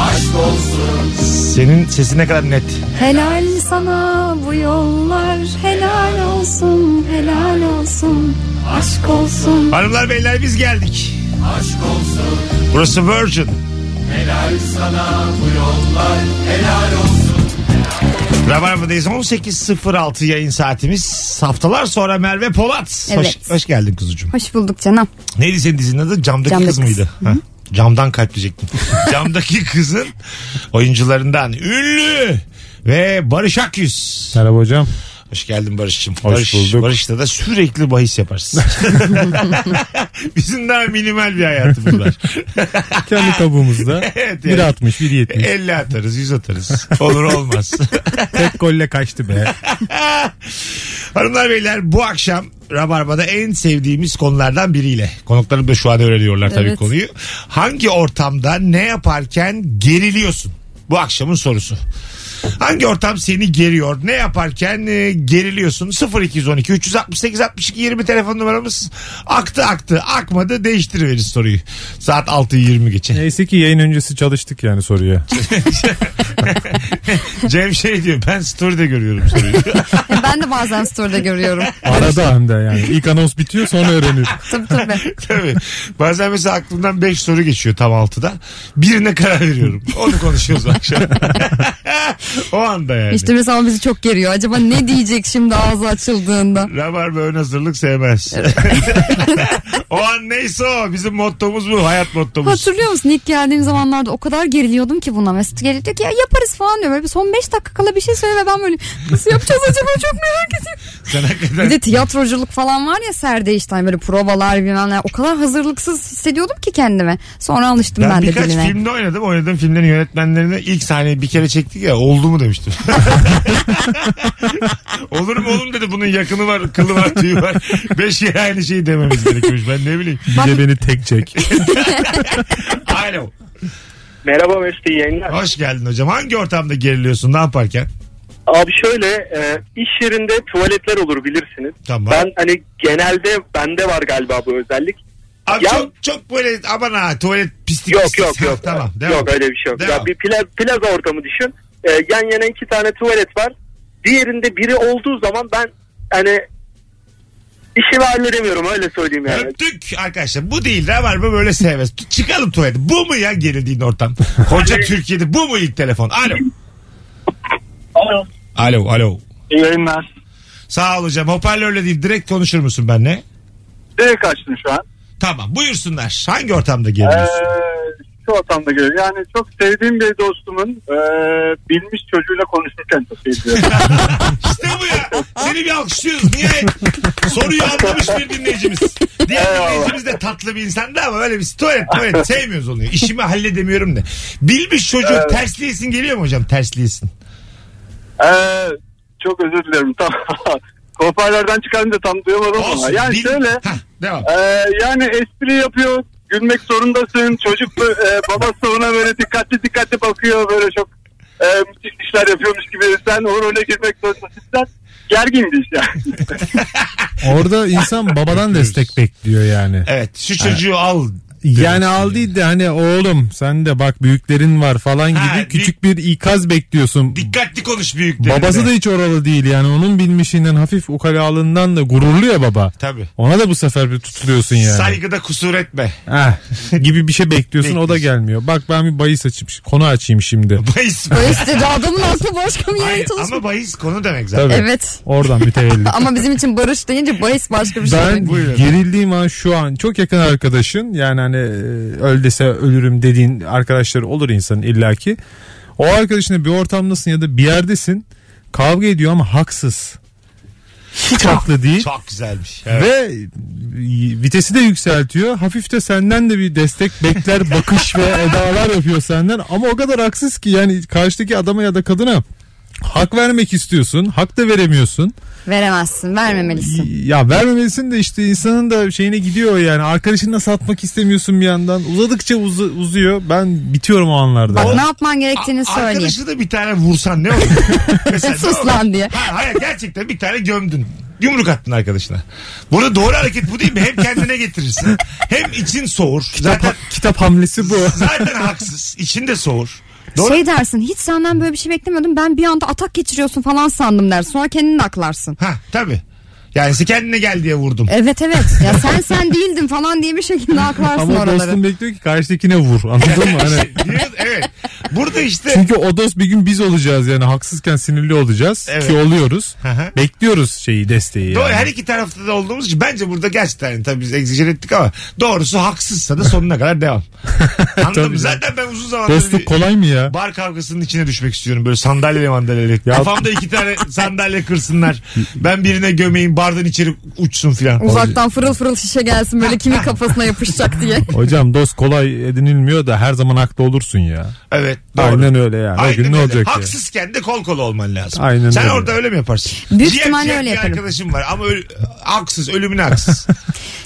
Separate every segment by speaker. Speaker 1: Aşk olsun. Senin sesin ne kadar net.
Speaker 2: Helal sana bu yollar helal olsun helal olsun aşk olsun
Speaker 1: Hanımlar beyler biz geldik.
Speaker 3: Aşk olsun
Speaker 1: Burası Virgin.
Speaker 3: helal sana bu yollar helal olsun.
Speaker 1: Rabarba'dayız. 18.06 yayın saatimiz. Haftalar sonra Merve Polat. Hoş,
Speaker 2: Evet.
Speaker 1: hoş geldin kuzucuğum.
Speaker 2: Hoş bulduk canım.
Speaker 1: Neydi senin dizinin adı? Camdaki,
Speaker 2: Camdaki
Speaker 1: kız
Speaker 2: Kız.
Speaker 1: mıydı? Ha? Camdan kalpleyecektim. Camdaki kızın oyuncularından ünlü ve Barış Akyüz.
Speaker 4: Merhaba hocam.
Speaker 1: Hoş geldin Barış'cığım.
Speaker 4: Hoş
Speaker 1: Barış,
Speaker 4: bulduk.
Speaker 1: Barış'la da sürekli bahis yaparsın. Bizim daha minimal bir hayatımız var.
Speaker 4: Kendi kabuğumuzda
Speaker 1: Evet yani.
Speaker 4: 1.60, 1.70.
Speaker 1: 50 atarız, 100 atarız. Olur olmaz.
Speaker 4: Tek golle kaçtı be.
Speaker 1: Hanımlar beyler bu akşam Rabarba'da en sevdiğimiz konulardan biriyle. Konuklarım da şu an öğreniyorlar tabii
Speaker 2: Evet.
Speaker 1: konuyu. Hangi ortamda ne yaparken geriliyorsun? Bu akşamın sorusu. Hangi ortam seni geriyor? Ne yaparken e, geriliyorsun? 0212 368 62 20 telefon numaramız. Aktı aktı akmadı değiştiriveririz soruyu. Saat 6.20 geçe.
Speaker 4: Neyse ki yayın öncesi çalıştık yani soruya.
Speaker 1: Cem şey diyor ben story'de görüyorum soruyu.
Speaker 2: Ben de bazen story'de görüyorum.
Speaker 4: Arada hem de yani. İlk anons bitiyor sonra öğreniyorum.
Speaker 2: Tabii tabii.
Speaker 1: Tabii. Bazen mesela aklımdan 5 soru geçiyor tam altıda. Birine karar veriyorum. Onu konuşuyoruz akşam. o anda yani.
Speaker 2: İşte mesela bizi çok geriyor. Acaba ne diyecek şimdi ağzı açıldığında?
Speaker 1: Rabarba ön hazırlık sevmez. o an neyse o. Bizim mottomuz bu. Hayat mottomuz.
Speaker 2: Hatırlıyor musun ilk geldiğim zamanlarda o kadar geriliyordum ki buna. Mesut geliyor diyor ki ya yaparız falan diyor. Böyle bir son 5 dakika kala bir şey söyle ve ben böyle nasıl yapacağız acaba çok merak ediyorum.
Speaker 1: Sen hakikaten
Speaker 2: Bir de tiyatroculuk falan var ya serde işte hani böyle provalar bilmem ne. O kadar hazırlıksız hissediyordum ki kendimi. Sonra alıştım
Speaker 1: ben,
Speaker 2: ben, de
Speaker 1: birkaç
Speaker 2: diline.
Speaker 1: filmde oynadım. Oynadığım filmlerin yönetmenlerine ilk sahneyi bir kere çektik ya oldu mu demiştim. Olur mu oğlum dedi bunun yakını var, kılı var, tüyü var. Beş kere aynı şeyi dememiz gerekiyormuş. Ben ne bileyim.
Speaker 4: Bir de beni tek çek.
Speaker 1: Alo.
Speaker 5: Merhaba Mesut iyi yayınlar.
Speaker 1: Hoş geldin hocam. Hangi ortamda geriliyorsun? Ne yaparken?
Speaker 5: Abi şöyle e, iş yerinde tuvaletler olur bilirsiniz.
Speaker 1: Tamam.
Speaker 5: Ben hani genelde bende var galiba bu özellik.
Speaker 1: Abi
Speaker 5: Ya-
Speaker 1: çok çok böyle aman ha tuvalet pislik.
Speaker 5: Yok
Speaker 1: pislik.
Speaker 5: yok
Speaker 1: Ha,
Speaker 5: yok.
Speaker 1: tamam. Devam.
Speaker 5: Yok öyle bir şey yok.
Speaker 1: Devam.
Speaker 5: Ya bir pla- plaza ortamı düşün. E, yan yana iki tane tuvalet var. Diğerinde biri olduğu zaman ben hani işimi halledemiyorum öyle söyleyeyim yani.
Speaker 1: Öptük arkadaşlar. Bu değil de var mı böyle sevmez. Tu- Çıkalım tuvalete. Bu mu ya gerildiğin ortam? Koca Türkiye'de bu mu ilk telefon? Alo.
Speaker 5: Alo.
Speaker 1: Alo alo.
Speaker 5: İyi yayınlar.
Speaker 1: Sağ ol hocam. Hoparlörle değil direkt konuşur musun benimle?
Speaker 5: Direkt açtım şu an.
Speaker 1: Tamam buyursunlar. Hangi ortamda geriliyorsun?
Speaker 5: E, şu ortamda görüyorum. Yani çok sevdiğim bir dostumun e, bilmiş çocuğuyla konuşurken çok seviyorum.
Speaker 1: işte bu ya. Seni bir alkışlıyoruz. Nihayet soruyu anlamış bir dinleyicimiz. Diğer dinleyicimiz de tatlı bir insandı ama öyle bir tuvalet tuvalet sevmiyoruz onu. İşimi halledemiyorum de. Bilmiş çocuğu
Speaker 5: Evet.
Speaker 1: tersliyesin geliyor mu hocam tersliyesin?
Speaker 5: Ee, çok özür dilerim. Tam hoparlörden çıkarınca tam duyamadım ama.
Speaker 1: Olsun.
Speaker 5: Yani
Speaker 1: bil-
Speaker 5: şöyle
Speaker 1: Hah, devam.
Speaker 5: e, yani espri yapıyor. Gülmek zorundasın. Çocuk bu- e, babası ona böyle dikkatli dikkatli bakıyor. Böyle çok e, müthiş işler yapıyormuş gibi. Sen o role girmek zorundasın. Sen gergindi işte.
Speaker 4: Orada insan babadan destek bekliyor yani.
Speaker 1: Evet şu çocuğu al.
Speaker 4: Yani al değil de hani oğlum sen de bak büyüklerin var falan gibi
Speaker 1: Ha,
Speaker 4: küçük bir ikaz bekliyorsun.
Speaker 1: Dikkatli konuş büyüklerine.
Speaker 4: Babası da hiç oralı değil yani onun bilmişinden hafif ukalalığından da gururlu ya baba.
Speaker 1: Tabii.
Speaker 4: Ona da bu sefer bir tutuluyorsun yani.
Speaker 1: Saygıda kusur etme.
Speaker 4: Heh, gibi bir şey bekliyorsun o da
Speaker 1: Bekliyorsun.
Speaker 4: gelmiyor. Bak ben bir bahis açayım şi- konu açayım şimdi.
Speaker 1: Bahis.
Speaker 2: Böyle istedi adamın aklı başka bir yere
Speaker 1: Hayır,
Speaker 2: çalışmış.
Speaker 1: ama bahis konu demek zaten.
Speaker 4: Tabii.
Speaker 2: Evet.
Speaker 4: Oradan mütevellit.
Speaker 2: Ama bizim için barış deyince bahis başka bir şey.
Speaker 4: ben
Speaker 1: Buyurun.
Speaker 4: gerildiğim an şu an çok yakın arkadaşın yani hani e, öl dese ölürüm dediğin arkadaşları olur insanın illaki. O arkadaşınla bir ortamdasın ya da bir yerdesin kavga ediyor ama haksız. Hiç haklı değil.
Speaker 1: Çok güzelmiş. Evet.
Speaker 4: Ve vitesi de yükseltiyor. Hafif de senden de bir destek bekler bakış ve edalar yapıyor senden. Ama o kadar haksız ki yani karşıdaki adama ya da kadına Hak vermek istiyorsun. Hak da veremiyorsun.
Speaker 2: Veremezsin vermemelisin.
Speaker 4: Ya vermemelisin de işte insanın da şeyine gidiyor yani. Arkadaşınla satmak istemiyorsun bir yandan. Uzadıkça uzu- uzuyor. Ben bitiyorum o anlarda.
Speaker 2: Bak
Speaker 4: ya.
Speaker 2: ne yapman gerektiğini
Speaker 1: A-
Speaker 2: söyleyeyim.
Speaker 1: Arkadaşı da bir tane vursan ne olur? Mesela ne
Speaker 2: Sus
Speaker 1: olur?
Speaker 2: lan diye.
Speaker 1: Ha, hayır gerçekten bir tane gömdün. Yumruk attın arkadaşına. Burada doğru hareket bu değil mi? Hem kendine getirirsin. Hem için soğur. Zaten,
Speaker 4: Kitap, kitap hamlesi bu.
Speaker 1: zaten haksız. İçin de soğur. Doğru.
Speaker 2: Şey dersin hiç senden böyle bir şey beklemiyordum ben bir anda atak geçiriyorsun falan sandım dersin sonra kendini de aklarsın.
Speaker 1: Ha tabii. Yani kendine gel diye vurdum.
Speaker 2: Evet evet ya sen sen değildin falan diye bir şekilde aklarsın
Speaker 4: Ama
Speaker 2: oraları.
Speaker 4: dostum bekliyor ki karşıdakine vur. Anladın mı? Hani
Speaker 1: Diyoruz, evet. Burada işte
Speaker 4: Çünkü o dost bir gün biz olacağız yani haksızken sinirli olacağız
Speaker 1: Evet.
Speaker 4: ki oluyoruz.
Speaker 1: Hı hı.
Speaker 4: Bekliyoruz şeyi desteği.
Speaker 1: Doğru,
Speaker 4: yani.
Speaker 1: her iki tarafta da olduğumuz için bence burada gerçekten yani tabii biz egzajer ettik ama doğrusu haksızsa da sonuna kadar devam. Anladın mı?
Speaker 4: Tabii.
Speaker 1: Zaten ben uzun zamandır
Speaker 4: Dostluk
Speaker 1: bir
Speaker 4: kolay mı ya?
Speaker 1: bar kavgasının içine düşmek istiyorum böyle sandalyeyle mandalyeyle.
Speaker 4: Ya-
Speaker 1: Kafamda iki tane sandalye kırsınlar. Ben birine gömeyim bardan içeri uçsun filan.
Speaker 2: Uzaktan fırıl fırıl şişe gelsin böyle kimin kafasına yapışacak diye.
Speaker 4: Hocam dost kolay edinilmiyor da her zaman haklı olursun ya.
Speaker 1: Evet doğru.
Speaker 4: Aynen öyle yani.
Speaker 1: Aynen
Speaker 4: o gün ne
Speaker 1: öyle.
Speaker 4: olacak ya?
Speaker 1: Haksızken de kol kola olman lazım.
Speaker 4: Aynen
Speaker 1: Sen
Speaker 4: öyle.
Speaker 1: orada öyle mi yaparsın?
Speaker 2: Büyük
Speaker 1: Ciğer
Speaker 2: ihtimalle
Speaker 1: ciğer
Speaker 2: öyle
Speaker 1: bir
Speaker 2: yaparım.
Speaker 1: arkadaşım var ama öl- haksız ölümüne haksız.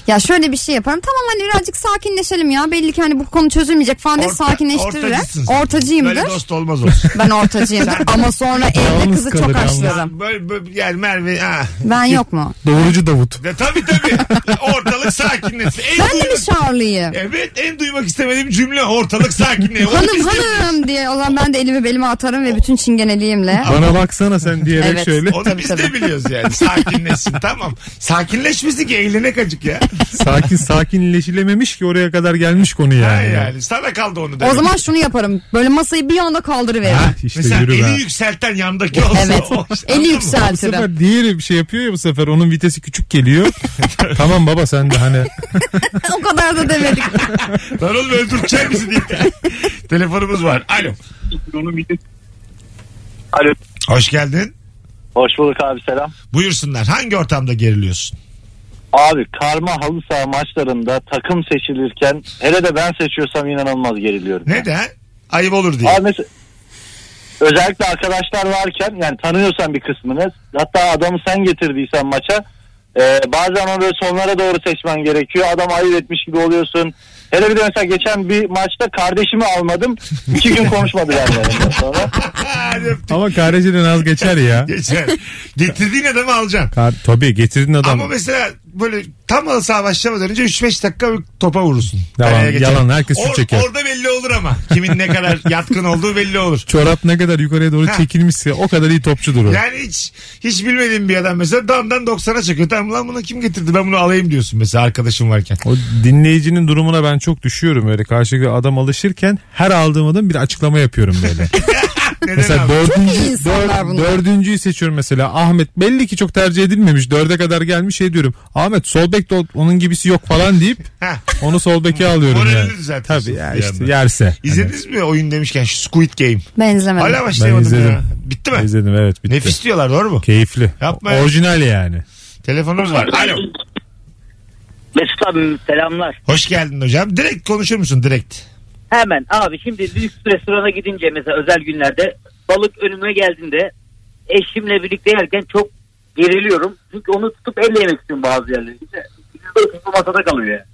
Speaker 2: Ya şöyle bir şey yaparım tamam hani birazcık sakinleşelim ya belli ki hani bu konu çözülmeyecek falan diye
Speaker 1: Orta-
Speaker 2: sakinleştiririm.
Speaker 1: ortacısın sen.
Speaker 2: Ortacıyımdır.
Speaker 1: Böyle dost olmaz olsun.
Speaker 2: Ben ortacıyımdır ama sonra evde
Speaker 4: Yalnız
Speaker 2: kızı
Speaker 4: kalır,
Speaker 2: çok
Speaker 4: yalnız.
Speaker 2: açlarım.
Speaker 1: böyle, böyle yani Merve ha.
Speaker 2: Ben yok mu?
Speaker 4: Doğrucu Davut.
Speaker 1: Ya tabii tabii. Ortalık sakinleşsin. En
Speaker 2: Ben de
Speaker 1: duymak-
Speaker 2: bir şarlıyım.
Speaker 1: Evet en duymak istemediğim cümle ortalık sakinliği. Onu
Speaker 2: Hanım
Speaker 1: biz de-
Speaker 2: hanım diye o zaman ben de elimi belime atarım ve bütün çingeneliğimle.
Speaker 4: Bana baksana sen diyerek
Speaker 2: Evet.
Speaker 4: şöyle
Speaker 1: Onu
Speaker 2: Tabii,
Speaker 1: biz de
Speaker 2: tabii.
Speaker 1: biliyoruz yani. Sakinleşsin tamam. Sakinleşmesin ki eğlenek acık ya.
Speaker 4: sakin sakinleşilememiş ki oraya kadar gelmiş konu
Speaker 1: Ha
Speaker 4: yani.
Speaker 1: yani. Sana kaldı onu demek.
Speaker 2: O zaman şunu yaparım. Böyle masayı bir anda kaldırıveririm.
Speaker 4: Ha, işte
Speaker 1: Mesela
Speaker 4: yürü
Speaker 1: eli
Speaker 4: be.
Speaker 1: yükselten yandaki olsa.
Speaker 2: Evet.
Speaker 1: o işte,
Speaker 2: Eli
Speaker 1: anladın mı?
Speaker 4: Bu
Speaker 2: yükseltirim.
Speaker 4: sefer diğeri bir şey yapıyor ya bu sefer onun vitesi küçük geliyor. tamam baba sen de hani
Speaker 2: o kadar da demedik.
Speaker 1: Lan oğlum öldürtecek misin diye. Telefonumuz var. Alo.
Speaker 5: Alo.
Speaker 1: Hoş geldin.
Speaker 5: Hoş bulduk abi selam.
Speaker 1: Buyursunlar. Hangi ortamda geriliyorsun?
Speaker 5: Abi karma halı saha maçlarında takım seçilirken hele de ben seçiyorsam inanılmaz geriliyorum.
Speaker 1: Neden? Ayıp olur diye.
Speaker 5: Abi mesela, özellikle arkadaşlar varken yani tanıyorsan bir kısmını hatta adamı sen getirdiysen maça e, bazen onu böyle sonlara doğru seçmen gerekiyor. Adam ayıp etmiş gibi oluyorsun. Hele bir de mesela geçen bir maçta kardeşimi almadım. İki gün konuşmadılar benimle sonra.
Speaker 1: Hadi öptük.
Speaker 4: ama kareciden az geçer ya.
Speaker 1: Geçer. Getirdiğin adamı alacaksın.
Speaker 4: Kar, tabii getirdin adam.
Speaker 1: Ama mesela böyle tam halı saha başlamadan önce 3-5 dakika bir topa vurursun.
Speaker 4: Yalan,
Speaker 1: Kaleye geçer.
Speaker 4: yalan. Herkes şut çeker.
Speaker 1: Orada belli olur ama. Kimin ne kadar yatkın olduğu belli olur.
Speaker 4: Çorap ne kadar yukarıya doğru
Speaker 1: Ha.
Speaker 4: çekilmişse o kadar iyi topçudur o.
Speaker 1: Yani hiç hiç bilmediğin bir adam mesela damdan 90'a çekiyor. Tamam lan bunu kim getirdi ben bunu alayım diyorsun mesela arkadaşın varken.
Speaker 4: O dinleyicinin durumuna ben çok düşüyorum öyle. Karşılıklı adam alışırken her aldığım adam bir açıklama yapıyorum böyle.
Speaker 1: Neden
Speaker 4: mesela
Speaker 1: abi?
Speaker 2: iyi
Speaker 4: dördüncü,
Speaker 2: insanlar
Speaker 4: dör-
Speaker 2: bunlar.
Speaker 4: dördüncüyü seçiyorum mesela. Ahmet belli ki çok tercih edilmemiş. Dörde kadar gelmiş şey diyorum. Ahmet sol bek de o- onun gibisi yok falan deyip
Speaker 1: Ha.
Speaker 4: onu sol beke alıyorum
Speaker 1: Moralini
Speaker 4: yani.
Speaker 1: düzeltiyorsun
Speaker 4: Tabii ya
Speaker 1: bir
Speaker 4: işte
Speaker 1: yandan.
Speaker 4: yerse. Hani
Speaker 1: İzlediniz mi oyun demişken şu Squid Game?
Speaker 2: Benzemedim.
Speaker 1: Hala
Speaker 4: Ben
Speaker 1: başlayamadım
Speaker 4: izledim.
Speaker 1: şey ya. Bitti mi?
Speaker 4: İzledim evet bitti.
Speaker 1: Nefis diyorlar doğru mu?
Speaker 4: Keyifli.
Speaker 1: Yapma ya.
Speaker 4: Orijinal yani.
Speaker 1: Telefonumuz var. Alo.
Speaker 6: Mesut abi selamlar.
Speaker 1: Hoş geldin hocam. Direkt konuşur musun direkt?
Speaker 6: Hemen abi şimdi lüks restorana gidince mesela özel günlerde balık önüme geldiğinde eşimle birlikte yerken çok geriliyorum. Çünkü onu tutup elle yemek istiyorum bazı yerlerde. İşte, ikisi de masada kalıyor yani.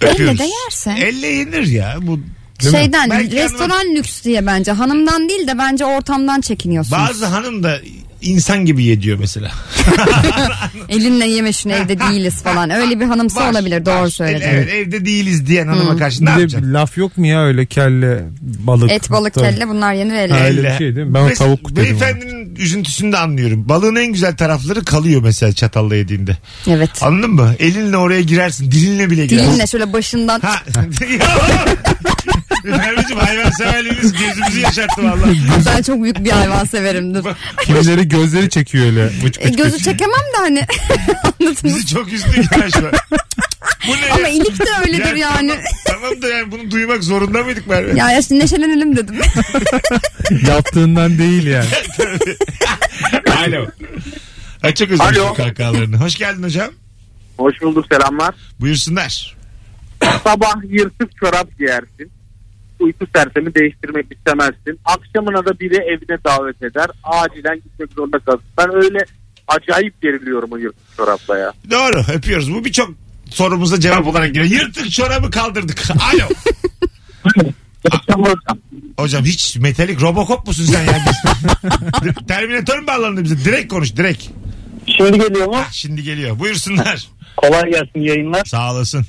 Speaker 2: Elle
Speaker 1: Öpüyoruz.
Speaker 2: de yersin.
Speaker 1: Elle yenir ya. Bu Değil mi?
Speaker 2: Şeyden
Speaker 1: Belki
Speaker 2: restoran
Speaker 1: hanım-
Speaker 2: lüks diye bence hanımdan değil de bence ortamdan çekiniyorsun.
Speaker 1: bazı hanım da insan gibi yediyor mesela.
Speaker 2: Elinle yeme şunu evde değiliz falan. Öyle bir hanımsı
Speaker 1: Var,
Speaker 2: olabilir
Speaker 1: var.
Speaker 2: doğru
Speaker 1: El-
Speaker 2: söyledin.
Speaker 1: Evet, evde değiliz diyen hanıma karşı
Speaker 4: Bir
Speaker 1: ne
Speaker 4: de
Speaker 1: yapacaksın?
Speaker 4: bir laf yok mu ya öyle kelle balık.
Speaker 2: Et balık
Speaker 4: Tabii.
Speaker 2: kelle bunlar yenir elle.
Speaker 4: Ha, öyle bir şey değil mi? Ben
Speaker 1: Mes-
Speaker 4: tavuk dedim
Speaker 1: Beyefendinin üzüntüsünü de anlıyorum. Balığın en güzel tarafları kalıyor mesela çatalla yediğinde.
Speaker 2: Evet.
Speaker 1: Anladın mı? Elinle oraya girersin. Dilinle bile girersin.
Speaker 2: Dilinle şöyle başından
Speaker 1: Ha. Merveciğim hayvan severliğiniz gözümüzü yaşarttı valla.
Speaker 2: ben çok büyük bir hayvan severimdir.
Speaker 4: Kimileri gözleri çekiyor öyle. Bıç
Speaker 2: E,
Speaker 4: bıç
Speaker 2: gözü
Speaker 4: bıç.
Speaker 2: çekemem de hani anladınız.
Speaker 1: Bizi çok üzdü gitar şu an. Bu ne
Speaker 2: Ama
Speaker 1: ya?
Speaker 2: ilik de öyledir
Speaker 1: Ya
Speaker 2: yani.
Speaker 1: Tamam, tamam da yani bunu duymak zorunda mıydık Merve?
Speaker 2: Ya, ya şimdi neşelenelim dedim.
Speaker 4: Yaptığından değil yani.
Speaker 1: Alo. Ay çok özür
Speaker 5: Alo.
Speaker 1: dilerim kahkahalarını. Hoş geldin hocam.
Speaker 5: Hoş bulduk selamlar.
Speaker 1: Buyursunlar.
Speaker 5: Sabah yırtık çorap giyersin.
Speaker 7: uyku sersemi değiştirmek istemezsin. Akşamına da biri evine davet eder. Acilen gitmek zorunda kalırsın. Ben öyle acayip geriliyorum o yırtık çorapla ya.
Speaker 1: Doğru öpüyoruz. Bu birçok sorumuza cevap olarak geliyor. Yırtık çorabı kaldırdık. Alo. Hocam hiç metalik robokop musun sen ya? Biz- Terminatör mü bağlandı bize? Direkt konuş direkt.
Speaker 5: Şimdi geliyor mu?
Speaker 1: Şimdi geliyor. Buyursunlar.
Speaker 5: Kolay gelsin yayınlar.
Speaker 1: Sağ olasın.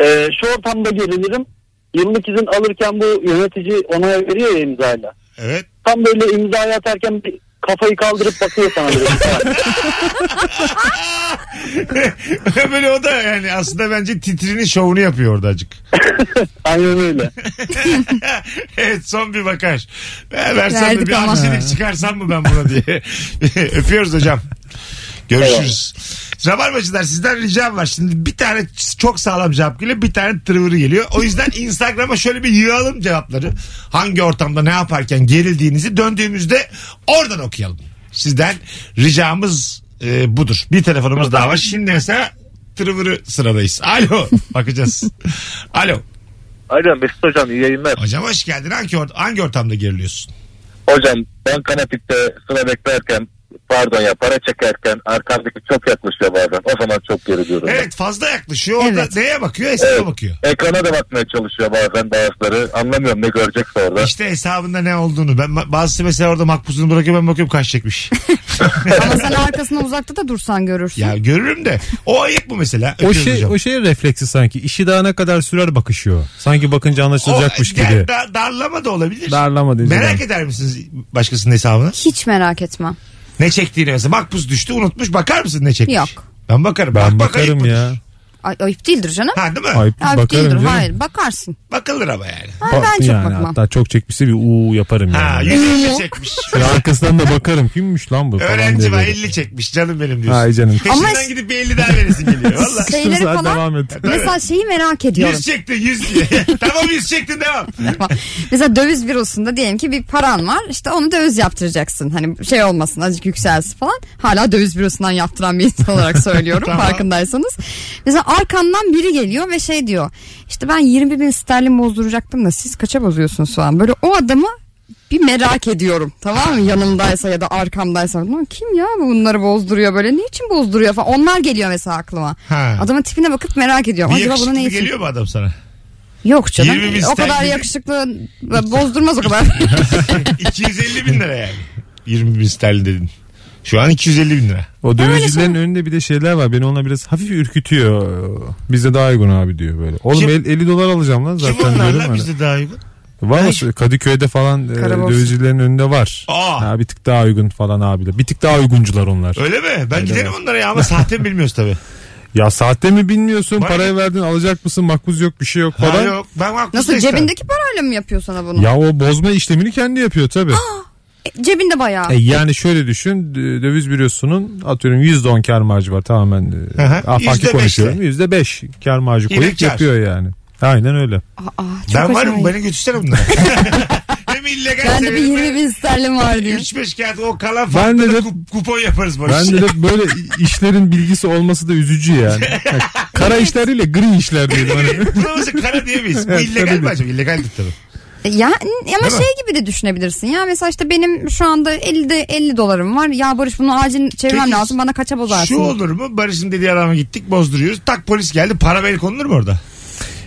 Speaker 5: Ee, şu ortamda gerilirim. Yıllık izin alırken bu yönetici onay veriyor ya imzayla.
Speaker 1: Evet.
Speaker 5: Tam böyle imzayı atarken bir kafayı kaldırıp bakıyor sana böyle.
Speaker 1: Böyle o da yani aslında bence titrinin şovunu yapıyor orada acık.
Speaker 5: Aynen öyle.
Speaker 1: evet son bir bakar. Ben Versen de
Speaker 2: Verdik
Speaker 1: bir
Speaker 2: ama.
Speaker 1: aksilik çıkarsam mı ben buna diye. Öpüyoruz hocam. Görüşürüz. Rabarbacılar sizden ricam var. Şimdi bir tane çok sağlam cevap geliyor bir tane tırvırı geliyor. O yüzden Instagram'a şöyle bir yığalım cevapları. Hangi ortamda ne yaparken gerildiğinizi döndüğümüzde oradan okuyalım. Sizden ricamız e, budur. Bir telefonumuz daha var. Şimdi mesela tırvırı sıradayız. Alo bakacağız. Alo.
Speaker 7: Alo Mesut Hocam iyi yayınlar.
Speaker 1: Hocam hoş geldin. Hangi, ort- hangi ortamda geriliyorsun?
Speaker 7: Hocam ben kanepikte sıra beklerken pardon ya para çekerken arkamdaki çok yaklaşıyor bazen. O zaman çok geriliyorum. ben.
Speaker 1: Evet fazla yaklaşıyor. Orada
Speaker 2: Evet.
Speaker 1: neye bakıyor? Hesaba
Speaker 7: Evet.
Speaker 1: bakıyor.
Speaker 7: Ekrana da bakmaya çalışıyor bazen bazıları. Anlamıyorum ne görecekse orada.
Speaker 1: İşte hesabında ne olduğunu. Ben bazısı mesela orada makbuzunu bırakıyor ben bakıyorum kaç çekmiş.
Speaker 2: Ama sen arkasına uzakta da dursan görürsün.
Speaker 1: ya görürüm de. O ayıp mı mesela?
Speaker 4: O
Speaker 1: Öpüyoruz
Speaker 4: şey
Speaker 1: hocam.
Speaker 4: o şey refleksi sanki. İşi daha ne kadar sürer bakışıyor. Sanki bakınca anlaşılacakmış
Speaker 1: O- yani
Speaker 4: gibi.
Speaker 1: da- darlama da olabilir.
Speaker 4: Darlama dedi.
Speaker 1: Merak eder misiniz başkasının hesabını?
Speaker 2: Hiç merak etmem.
Speaker 1: Ne çektiğini mesela makbuz düştü unutmuş bakar mısın ne çekmiş?
Speaker 2: Yok.
Speaker 1: Ben bakarım.
Speaker 4: Ben
Speaker 1: Bak, bak, ayıp
Speaker 4: bakarım
Speaker 1: mıdır?
Speaker 4: ya.
Speaker 2: Ay, ayıp değildir canım.
Speaker 1: Ha değil mi?
Speaker 4: Ayıp
Speaker 2: Ayıp
Speaker 4: bakarım
Speaker 2: değildir.
Speaker 4: canım.
Speaker 2: Hayır bakarsın.
Speaker 1: Bakılır ama yani.
Speaker 2: Ha, ben çok
Speaker 4: yani.
Speaker 2: bakmam.
Speaker 4: Hatta çok çekmişse bir uuu yaparım
Speaker 1: Ha
Speaker 4: yani.
Speaker 1: 150 çekmiş.
Speaker 4: Şöyle arkasından da bakarım. Kimmiş lan bu? falan diye
Speaker 1: Öğrenci var
Speaker 4: böyle.
Speaker 1: 50 çekmiş canım benim diyorsun.
Speaker 4: Ay canım.
Speaker 1: Peşinden
Speaker 2: Ama-
Speaker 1: gidip bir 50 daha veresin geliyor. Valla.
Speaker 2: Şeyleri
Speaker 4: Sen
Speaker 2: falan.
Speaker 4: devam et.
Speaker 2: Mesela şeyi merak ediyorum.
Speaker 1: 100 çektin 100 diye. tamam 100 çektin devam.
Speaker 2: Mesela döviz bürosunda diyelim ki bir paran var. İşte onu döviz yaptıracaksın. Hani şey olmasın azıcık yükselsin falan. Hala döviz bürosundan yaptıran bir insan olarak söylüyorum
Speaker 1: Tamam.
Speaker 2: farkındaysanız. Mesela arkandan biri geliyor ve şey diyor. İşte ben 20 bin sterlin bozduracaktım da siz kaça bozuyorsunuz falan. Böyle o adamı bir merak ediyorum tamam mı yanımdaysa ya da arkamdaysa Lan kim ya bu bunları bozduruyor böyle niçin bozduruyor falan onlar geliyor mesela aklıma
Speaker 1: Ha.
Speaker 2: adamın tipine bakıp merak ediyorum
Speaker 1: Bir
Speaker 2: acaba bunu
Speaker 1: yakışıklı
Speaker 2: ne için
Speaker 1: geliyor mu adam sana?
Speaker 2: Yok canım.
Speaker 1: 20 bin
Speaker 2: o kadar
Speaker 1: sterlin.
Speaker 2: yakışıklı bozdurmaz o kadar.
Speaker 1: 250 bin lira yani. 20 bin sterlin dedin. Şu an 250 bin lira.
Speaker 4: O
Speaker 2: şey-
Speaker 4: dövizcilerin önünde bir de şeyler var. Beni onunla biraz hafif ürkütüyor. Bize daha uygun abi diyor böyle. Oğlum
Speaker 1: Kim-
Speaker 4: el- 50 dolar alacağım lan zaten.
Speaker 1: Kim onlar
Speaker 4: diyorum
Speaker 1: lan
Speaker 4: hani.
Speaker 1: bizde daha uygun?
Speaker 4: Var mı?
Speaker 1: Ay.
Speaker 4: Kadıköy'de falan e,
Speaker 2: Karaborsa.
Speaker 4: dövizcilerin önünde var.
Speaker 1: Aa.
Speaker 4: Ha, bir tık daha uygun falan abiler. Bir tık daha uyguncular onlar.
Speaker 1: Öyle mi? Ben
Speaker 4: Öyle
Speaker 1: giderim
Speaker 4: mi?
Speaker 1: onlara ya ama sahte mi bilmiyoruz tabii.
Speaker 4: Ya sahte mi bilmiyorsun?
Speaker 1: Bak-
Speaker 4: Parayı verdin alacak mısın? Makbuz yok bir şey yok
Speaker 1: Ha,
Speaker 4: falan.
Speaker 1: yok. Ben makbuz da
Speaker 2: Nasıl
Speaker 1: istemem.
Speaker 2: cebindeki parayla mı yapıyor sana bunu?
Speaker 4: Ya o bozma işlemini kendi yapıyor tabii.
Speaker 2: E, Cebinde bayağı.
Speaker 4: E, yani şöyle düşün d- döviz bürosunun atıyorum %10 kar marjı var tamamen e,
Speaker 1: Aha,
Speaker 4: afaki
Speaker 1: %5'le.
Speaker 4: konuşuyorum. %5 kar marjı
Speaker 1: Yine
Speaker 4: koyup
Speaker 1: kar.
Speaker 4: yapıyor yani. Aynen öyle.
Speaker 2: Aa, çok
Speaker 1: Ben varım
Speaker 2: acayip.
Speaker 1: beni götürsene bunlara. Hem illegal
Speaker 2: Bende bir
Speaker 1: sebeple
Speaker 2: 20 bin sterlin var diyor.
Speaker 1: 3-5 kağıt o kalan farklı
Speaker 4: de
Speaker 1: da
Speaker 4: de-
Speaker 1: kup- kupon yaparız bu
Speaker 4: Ben
Speaker 1: işi.
Speaker 4: de hep böyle işlerin bilgisi olması da üzücü yani. Kara işleriyle gri işler diyelim. Hani.
Speaker 1: Buna mesela kara diyemeyiz. Bu
Speaker 4: Evet,
Speaker 1: illegal
Speaker 4: tabii
Speaker 1: mi
Speaker 4: de.
Speaker 1: acaba? İllegaldir tabii.
Speaker 2: E, Ya, n- ama
Speaker 1: Değil mi?
Speaker 2: şey gibi de düşünebilirsin. Ya mesela işte benim şu anda 50'de 50 dolarım var. Ya Barış bunu acil çevirmem
Speaker 1: Peki,
Speaker 2: lazım. Bana kaça bozarsın?
Speaker 1: Şu olur mu? Barış'ın dediği adama gittik bozduruyoruz. Tak polis geldi. Para bel konulur mu orada?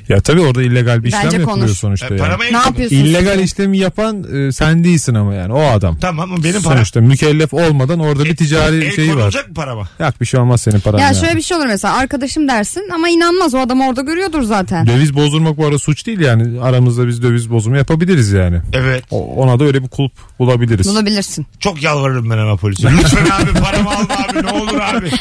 Speaker 4: ya tabii orada illegal bir işlem
Speaker 2: Bence
Speaker 4: yapılıyor
Speaker 2: konuş.
Speaker 4: sonuçta.
Speaker 1: E,
Speaker 4: yani.
Speaker 1: para bel
Speaker 2: ne
Speaker 1: konulur.
Speaker 2: yapıyorsun?
Speaker 4: İllegal işlemi yapan e, sen değilsin ama yani o adam.
Speaker 1: Tamam ama benim param.
Speaker 4: Sonuçta mükellef olmadan orada bir ticari
Speaker 1: El
Speaker 4: şeyi var.
Speaker 1: e, konulacak mı parama?
Speaker 4: Yak bir şey olmaz senin paran.
Speaker 2: Ya
Speaker 4: yani.
Speaker 2: şöyle bir şey olur mesela arkadaşım dersin ama inanmaz o adam orada görüyordur zaten.
Speaker 4: Döviz bozdurmak bu arada suç değil yani. Aramızda biz döviz bozumu yapabiliriz yani.
Speaker 1: Evet.
Speaker 4: O- ona da öyle bir kulp bulabiliriz.
Speaker 2: Bulabilirsin.
Speaker 1: Çok yalvarırım ben ama polise. Lütfen abi paramı alma abi ne olur abi.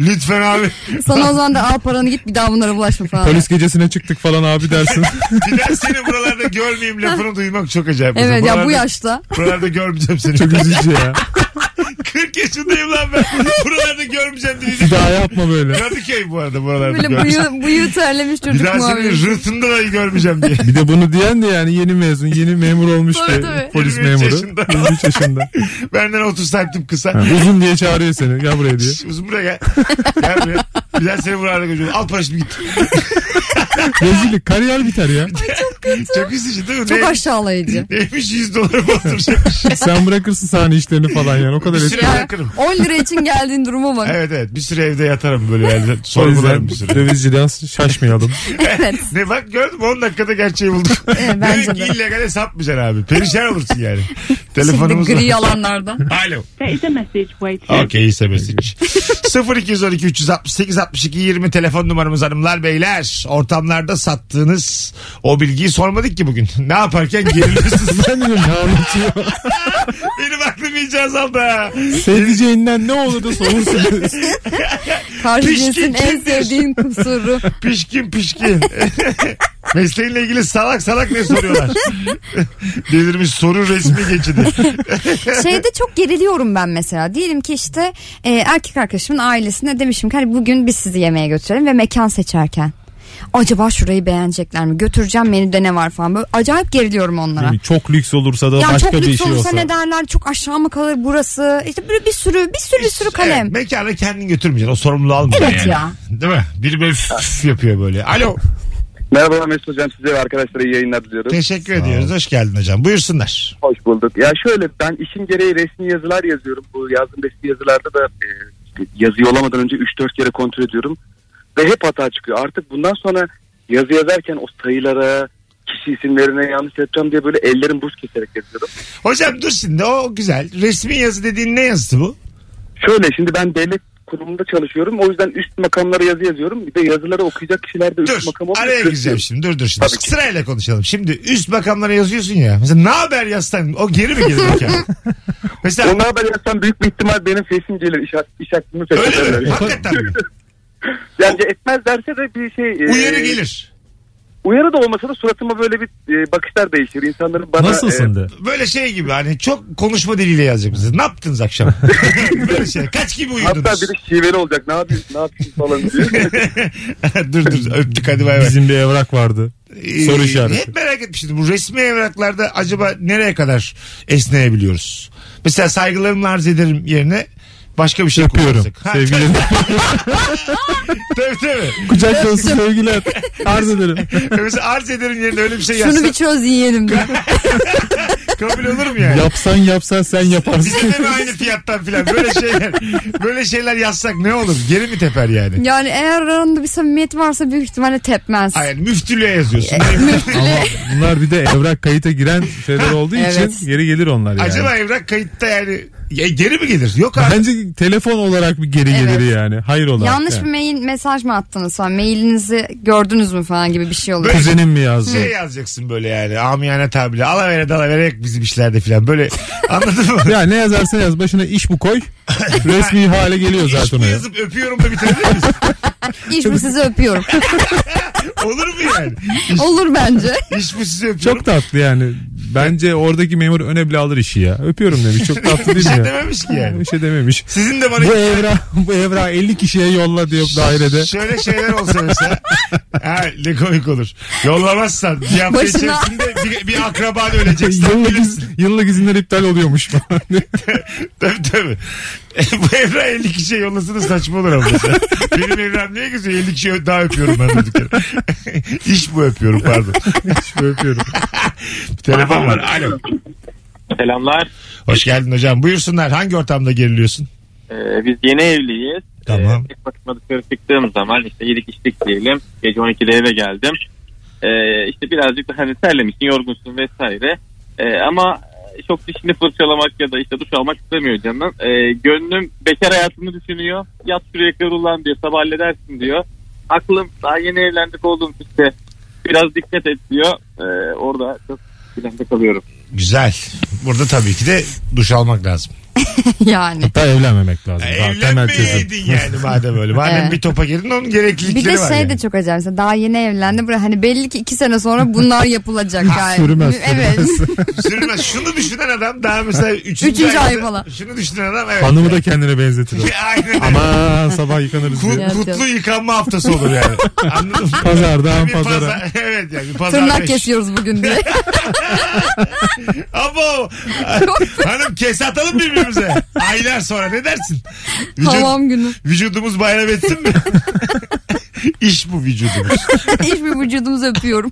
Speaker 1: Lütfen abi.
Speaker 2: Sana o zaman da al paranı git bir daha bunlara bulaşma falan.
Speaker 4: Polis gecesine çıktık falan abi dersin.
Speaker 1: Bir daha seni buralarda görmeyeyim lafını duymak çok acayip.
Speaker 2: Evet ya bu
Speaker 1: Buralarda-
Speaker 2: yaşta.
Speaker 1: Buralarda görmeyeceğim seni.
Speaker 4: Çok üzücü ya.
Speaker 1: 40 yaşındayım lan ben. Buralarda görmeyeceğim
Speaker 4: Bir
Speaker 1: dedi.
Speaker 4: daha yapma böyle.
Speaker 1: Kadıköy bu arada buralarda
Speaker 2: Böyle
Speaker 1: görmeyeceğim.
Speaker 2: bıyığı, bıyığı terlemiş
Speaker 1: Bir
Speaker 2: çocuk
Speaker 1: daha seni
Speaker 2: muhabbeti.
Speaker 1: rıhtımda da görmeyeceğim diye.
Speaker 4: Bir de bunu diyen de yani yeni mezun, yeni memur olmuş
Speaker 2: Tabii,
Speaker 4: bir
Speaker 2: tabii.
Speaker 4: polis
Speaker 1: 23
Speaker 4: memuru.
Speaker 1: yaşında.
Speaker 4: 23 yaşında.
Speaker 1: Benden 30 santim kısa.
Speaker 4: Yani uzun diye çağırıyor seni. Gel buraya diye.
Speaker 1: Uzun buraya gel. Gel buraya. Bir daha seni buralarda göreceğim. Al para şimdi git.
Speaker 4: Rezillik kariyer biter ya.
Speaker 1: Çok üzücü değil mi?
Speaker 2: Çok
Speaker 1: Ne-
Speaker 2: aşağılayıcı.
Speaker 1: Neymiş 100 doları bozduracakmış.
Speaker 4: Sen bırakırsın sahne işlerini falan yani o kadar
Speaker 1: Bir
Speaker 4: eski.
Speaker 1: süre bırakırım.
Speaker 2: 10 lira için geldiğin duruma bak.
Speaker 1: Evet evet bir süre evde yatarım böyle yani
Speaker 4: O
Speaker 1: sorgularım
Speaker 4: yüzden
Speaker 1: bir süre.
Speaker 4: dövizciden şaşmayalım.
Speaker 2: Evet.
Speaker 1: Ne bak gördün mü 10 dakikada gerçeği bulduk.
Speaker 2: Evet, bence
Speaker 1: Demek ki
Speaker 2: de.
Speaker 1: illegale sapmayacaksın abi. Perişan olursun yani.
Speaker 2: Şimdi
Speaker 1: Telefonumuz
Speaker 2: gri
Speaker 1: var.
Speaker 2: yalanlardan.
Speaker 1: Alo.
Speaker 8: There is a message waiting.
Speaker 1: Okey ise message. 0212 368 62 20 telefon numaramız hanımlar beyler. Ortamlarda sattığınız o bilgiyi sormadık ki bugün. Ne yaparken geriliyorsunuz.
Speaker 4: Ben dedim ne anlatıyor?
Speaker 1: Benim aklım iyice azaldı. ha.
Speaker 4: Sevdiceğinden ne olur da sorursunuz.
Speaker 2: Karşı
Speaker 1: Pişkin
Speaker 2: cinsin en
Speaker 1: kimdir?
Speaker 2: sevdiğin kusuru.
Speaker 1: Pişkin pişkin. Mesleğinle ilgili salak salak ne soruyorlar? Delirmiş soru resmi geçidi.
Speaker 2: Şeyde çok geriliyorum ben mesela. Diyelim ki işte e, erkek arkadaşımın ailesine demişim ki hani bugün biz sizi yemeğe götürelim ve mekan seçerken. Acaba şurayı beğenecekler mi? Götüreceğim menüde ne var falan. Böyle acayip geriliyorum onlara.
Speaker 4: Yani çok lüks olursa da
Speaker 2: Yani
Speaker 4: başka
Speaker 2: çok
Speaker 4: bir
Speaker 2: lüks
Speaker 4: şey
Speaker 2: olursa
Speaker 4: olsa.
Speaker 2: ne derler? Çok aşağı mı kalır burası? İşte böyle bir sürü bir sürü bir sürü kalem.
Speaker 1: Evet, mekana kendin götürmeyeceksin. O sorumluluğu almayacaksın.
Speaker 2: Evet
Speaker 1: yani. Değil mi? Biri böyle üf üf yapıyor böyle. Alo.
Speaker 5: Merhaba Mesut Hocam size ve arkadaşlara iyi yayınlar diliyorum.
Speaker 1: Teşekkür ediyoruz. Hoş geldin hocam. Buyursunlar.
Speaker 5: Hoş bulduk. Ya şöyle ben işim gereği resmi yazılar yazıyorum. Bu yazdığım resmi yazılarda da e, yazı yollamadan önce 3-4 kere kontrol ediyorum. Ve hep hata çıkıyor. Artık bundan sonra yazı yazarken o sayılara, kişi isimlerine yanlış yapacağım diye böyle ellerim buz keserek yazıyorum.
Speaker 1: Hocam dur şimdi o güzel. Resmi yazı dediğin ne yazısı bu?
Speaker 5: Şöyle şimdi ben devlet kurumunda çalışıyorum. O yüzden üst makamlara yazı yazıyorum. Bir de yazıları okuyacak kişiler de üst
Speaker 1: Dur.
Speaker 5: makam olmuyor.
Speaker 1: Araya gireceğim şimdi. Dur dur şimdi.
Speaker 5: Tabii ki.
Speaker 1: Sırayla konuşalım. Şimdi üst makamlara yazıyorsun ya. Mesela ne haber yazsan o geri mi gelir mekana? Mesela
Speaker 5: Onu haber yazsam büyük bir ihtimal benim sesim gelir. İş, iş hakkımı
Speaker 1: öyle mi?
Speaker 5: seçerler.
Speaker 1: Hakikaten mi?
Speaker 5: Yani etmez derse de bir şey... e,
Speaker 1: Uyarı gelir.
Speaker 5: Uyarı da olmasa da suratıma böyle bir e, bakışlar değişir. İnsanların bana...
Speaker 4: Nasılsın
Speaker 5: e,
Speaker 4: de.
Speaker 1: Böyle şey gibi hani çok konuşma diliyle yazacak bize. Ne yaptınız akşam? Böyle şey. Kaç gibi uyudunuz?
Speaker 5: e, hatta biri şiveli olacak. Ne yapayım, ne yapayım falan diye.
Speaker 1: dur dur öptük hadi bay bay.
Speaker 4: Bizim bir evrak vardı.
Speaker 1: Ee,
Speaker 4: Soru işareti.
Speaker 1: Hep merak etmiştim. Bu resmi evraklarda acaba nereye kadar esneyebiliyoruz? Mesela saygılarımla arz ederim yerine başka bir şey
Speaker 4: Yapıyorum.
Speaker 1: kullansak. Ha,
Speaker 4: Sevgilerim.
Speaker 1: tabii tabii.
Speaker 4: Kucak dolusu sevgiler. Arz ederim.
Speaker 1: Mesela arz ederim yerine öyle bir şey
Speaker 2: Şunu
Speaker 1: yazsak
Speaker 2: bir çöz yiyelim diye.
Speaker 1: kabul olur mu yani?
Speaker 4: Yapsan yapsan sen yaparsın.
Speaker 1: Bizde de mi aynı fiyattan filan böyle şeyler böyle şeyler yazsak ne olur? Geri mi teper yani?
Speaker 2: Yani eğer aranda bir samimiyet varsa büyük ihtimalle tepmez.
Speaker 1: Hayır müftülüğe yazıyorsun.
Speaker 4: Ama bunlar bir de evrak kayıta giren şeyler olduğu
Speaker 2: Evet.
Speaker 4: için geri gelir onlar yani.
Speaker 1: Acaba evrak kayıtta yani ya geri mi gelir? Yok abi.
Speaker 4: Bence telefon olarak bir geri
Speaker 2: Evet.
Speaker 4: gelir yani. Hayır olarak.
Speaker 2: Yanlış
Speaker 4: yani.
Speaker 2: bir mail mesaj mı attınız falan? Mailinizi gördünüz mü falan gibi bir şey oluyor.
Speaker 4: Kuzenim mi yazdı?
Speaker 1: şey yazacaksın böyle yani amiyane tabirle alavere dalavere bizim işlerde filan böyle anladın mı?
Speaker 4: Ya ne yazarsa yaz başına iş bu koy. Resmi hale geliyor
Speaker 1: İş
Speaker 4: zaten
Speaker 1: bu
Speaker 4: o ya.
Speaker 1: yazıp öpüyorum da bitirebilir miyiz?
Speaker 2: İş bu sizi öpüyorum.
Speaker 1: Olur mu yani? İş,
Speaker 2: Olur bence.
Speaker 1: iş bu sizi öpüyorum.
Speaker 4: Çok tatlı yani. Bence oradaki memur öne bile alır işi ya. Öpüyorum demiş. Çok tatlı değil
Speaker 1: bir
Speaker 4: mi?
Speaker 1: şey
Speaker 4: ya?
Speaker 1: dememiş ki yani.
Speaker 4: Bir şey dememiş.
Speaker 1: Sizin de bana
Speaker 4: Bu evra bu evra 50 kişiye yolla diyor dairede.
Speaker 1: şöyle şeyler olsa mesela. ha, ne komik olur. Yollamazsan bir hafta
Speaker 2: Başına-
Speaker 1: içerisinde bir, bir akraban ölecek. Sen
Speaker 4: Yıllık,
Speaker 1: bilirsin.
Speaker 4: iz, yıllık izinler iptal oluyormuş.
Speaker 1: tabii tabii. E, Bu evra 50 kişiye yollasın da saçma olur ama mesela. Benim evram niye güzel 50 kişiye daha öpüyorum ben durduk yere. İş bu öpüyorum pardon.
Speaker 4: Şöyle öpüyorum.
Speaker 1: Telefon var. Alo.
Speaker 5: Selamlar.
Speaker 1: Hoş geldin hocam. Buyursunlar. Hangi ortamda geriliyorsun?
Speaker 5: Ee, biz yeni evliyiz.
Speaker 1: Tamam.
Speaker 5: Ee, tek başıma dışarı çıktığım zaman işte yedik içtik diyelim. Gece 12'de eve geldim. Ee, işte birazcık da hani terlemişsin, yorgunsun vesaire. Ee, ama çok dişini fırçalamak ya da işte duş almak istemiyor canım. Ee, gönlüm bekar hayatını düşünüyor. Yat şuraya kıvrılan diyor, sabah halledersin diyor. Aklım daha yeni evlendik oğlum işte biraz dikkat et diyor. Ee, orada çok planda kalıyorum.
Speaker 1: Güzel. Burada tabii ki de duş almak lazım.
Speaker 2: Yani.
Speaker 4: Hatta evlenmemek lazım. Daha temel çözüm.
Speaker 1: Evlenmeyeydin yani madem öyle. Madem
Speaker 2: Evet.
Speaker 1: bir topa girdin onun
Speaker 2: Bir
Speaker 1: gereklilikleri
Speaker 2: de
Speaker 1: var.
Speaker 2: şey
Speaker 1: yani.
Speaker 2: de çok acayip. Mesela Daha yeni evlendi. Bura hani belli ki iki sene sonra bunlar yapılacak. yani.
Speaker 4: Sürmez,
Speaker 2: Evet.
Speaker 1: Sürüme- şunu düşünen adam daha mesela üçüncü,
Speaker 2: Üçüncü
Speaker 1: ayda-
Speaker 2: ay falan.
Speaker 1: Şunu düşünen adam evet.
Speaker 4: Hanımı da kendine
Speaker 1: Şey.
Speaker 4: benzetir.
Speaker 1: Aynen. Ama
Speaker 4: Aman sabah yıkanırız diye.
Speaker 2: Evet,
Speaker 1: kutlu
Speaker 2: evet.
Speaker 1: yıkanma haftası olur yani. Anladın mı?
Speaker 4: Pazardan
Speaker 1: Bir
Speaker 4: pazara.
Speaker 1: pazar, evet yani bir pazar
Speaker 2: Tırnak
Speaker 1: beş.
Speaker 2: kesiyoruz bugün diye.
Speaker 1: Abo. Hanım kes atalım birbirimize. Firuze? Aylar sonra ne dersin? Vücut,
Speaker 2: Havam günü.
Speaker 1: Vücudumuz bayram etsin mi? İş bu vücudumuz.
Speaker 2: Hiçbir vücudumuzu öpüyorum.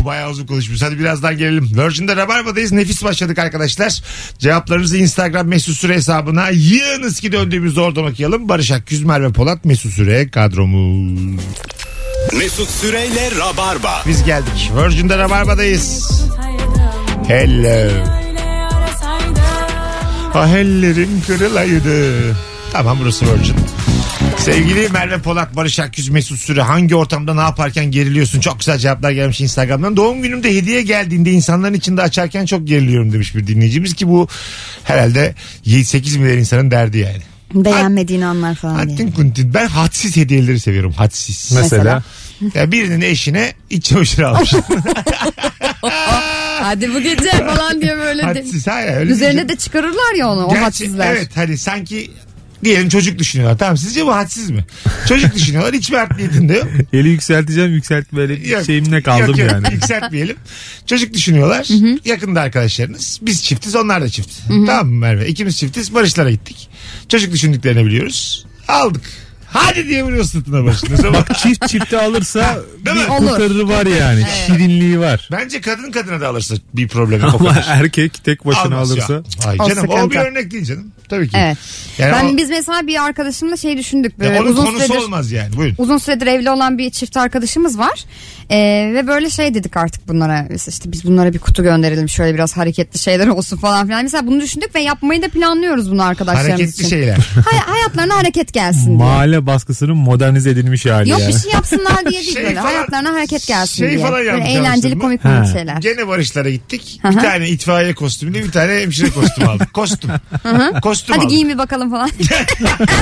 Speaker 1: Bu bayağı uzun konuşmuş. Hadi birazdan gelelim. Virgin'de Rabarba'dayız. Nefis başladık arkadaşlar. Cevaplarınızı Instagram mesut süre hesabına yığınız ki döndüğümüzde oradan okuyalım. Barış Akgüz, Merve Polat, mesut süre kadromuz.
Speaker 9: Mesut Süreyle Rabarba.
Speaker 1: Biz geldik. Virgin'de Rabarba'dayız. Hello. Ah ellerim kırılaydı. Tamam burası Virgin. Sevgili Merve Polat, Barış Akgüz, Mesut Süre hangi ortamda ne yaparken geriliyorsun? Çok güzel cevaplar gelmiş Instagram'dan. Doğum günümde hediye geldiğinde insanların içinde açarken çok geriliyorum demiş bir dinleyicimiz ki bu herhalde 8 milyar insanın derdi yani.
Speaker 2: Beğenmediğin anlar falan
Speaker 1: Hattin
Speaker 2: yani.
Speaker 1: kuntin. Ben hadsiz hediyeleri seviyorum. Hadsiz.
Speaker 4: Mesela.
Speaker 1: Ya birinin eşine iç çamaşırı almış.
Speaker 2: Hadi bu gece falan diye böyle de.
Speaker 1: hadsiz. Hayır, öyle
Speaker 2: Üzerine
Speaker 1: diyeceğim.
Speaker 2: de çıkarırlar ya onu o
Speaker 1: Gerçi-
Speaker 2: hadsizler.
Speaker 1: Evet hani sanki diyelim çocuk düşünüyorlar. Tamam sizce bu hadsiz mi? Çocuk düşünüyorlar. Hiçbir art niyetinde yok.
Speaker 4: Eli yükselteceğim yükselt böyle
Speaker 1: Yok,
Speaker 4: şeyimle kaldım
Speaker 1: yok, yok,
Speaker 4: yani.
Speaker 1: Yükseltmeyelim. Çocuk düşünüyorlar. Yakında arkadaşlarınız. Biz çiftiz onlar da çift. Tamam mı Merve? İkimiz çiftiz. Barışlara gittik. Çocuk düşündüklerini biliyoruz. Aldık. Hadi diye vuruyor sırtına başını. Sonra-
Speaker 4: Çift çifte alırsa
Speaker 1: Değil mi?
Speaker 4: bir kurtarırı var yani. Şirinliği var.
Speaker 1: Bence kadın kadına da alırsa bir problem yok. O
Speaker 4: Ama
Speaker 1: kadar.
Speaker 4: erkek tek başına
Speaker 1: Almaz ya.
Speaker 4: alırsa.
Speaker 1: Ay
Speaker 2: O
Speaker 1: canım o
Speaker 2: sıkıntı.
Speaker 1: bir örnek değil canım. Tabii ki.
Speaker 2: Evet.
Speaker 1: Yani
Speaker 2: ben
Speaker 1: o-
Speaker 2: biz mesela bir arkadaşımla şey düşündük
Speaker 1: E, ya
Speaker 2: böyle
Speaker 1: onun
Speaker 2: uzun
Speaker 1: konusu
Speaker 2: süredir
Speaker 1: olmaz yani. Buyurun.
Speaker 2: uzun süredir evli olan bir çift arkadaşımız var. Ee, ve böyle şey dedik artık bunlara Biz işte biz bunlara bir kutu gönderelim şöyle biraz hareketli şeyler olsun falan filan. Mesela bunu düşündük ve yapmayı da planlıyoruz bunu arkadaşlarımız
Speaker 1: Hareketli şey.
Speaker 2: için.
Speaker 1: şeyler.
Speaker 2: Hay- hayatlarına hareket gelsin diye.
Speaker 4: Mahalle baskısının modernize edilmiş hali
Speaker 2: Yok
Speaker 4: yani.
Speaker 2: bir şey yapsınlar diye değil
Speaker 1: Şey
Speaker 2: böyle
Speaker 1: falan-
Speaker 2: hayatlarına hareket gelsin
Speaker 1: şey
Speaker 2: diye.
Speaker 1: falan
Speaker 2: Böyle
Speaker 1: yapmış
Speaker 2: eğlenceli
Speaker 1: anlaşılan
Speaker 2: komik
Speaker 4: mı?
Speaker 2: komik
Speaker 4: Ha.
Speaker 2: şeyler.
Speaker 1: Gene barışlara gittik. Bir tane itfaiye kostümüyle bir tane hemşire kostümü aldık. Kostüm. Kostüm
Speaker 2: Hadi
Speaker 1: aldık.
Speaker 2: giyin bir bakalım falan.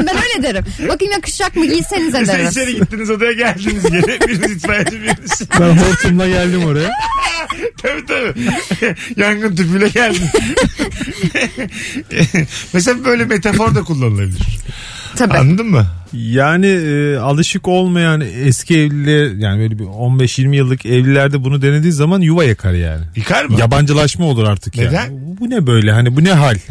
Speaker 2: ben öyle derim. Bakayım yakışacak mı giysenize
Speaker 1: Siz
Speaker 2: derim.
Speaker 1: içeri gittiniz odaya geldiniz gene. Biriniz itfaiyeci biriniz.
Speaker 4: Ben hortumla geldim oraya.
Speaker 1: tabii tabii. Yangın tüpüyle geldim. Mesela böyle metafor da kullanılabilir.
Speaker 2: Tabii.
Speaker 1: Anladın mı?
Speaker 4: Yani e, alışık olmayan eski evliler yani böyle bir 15-20 yıllık evlilerde bunu denediği zaman yuva yakar yani.
Speaker 1: Yıkar mı?
Speaker 4: Yabancılaşma olur artık
Speaker 1: Neden?
Speaker 4: yani. Bu, bu ne böyle hani bu ne hal?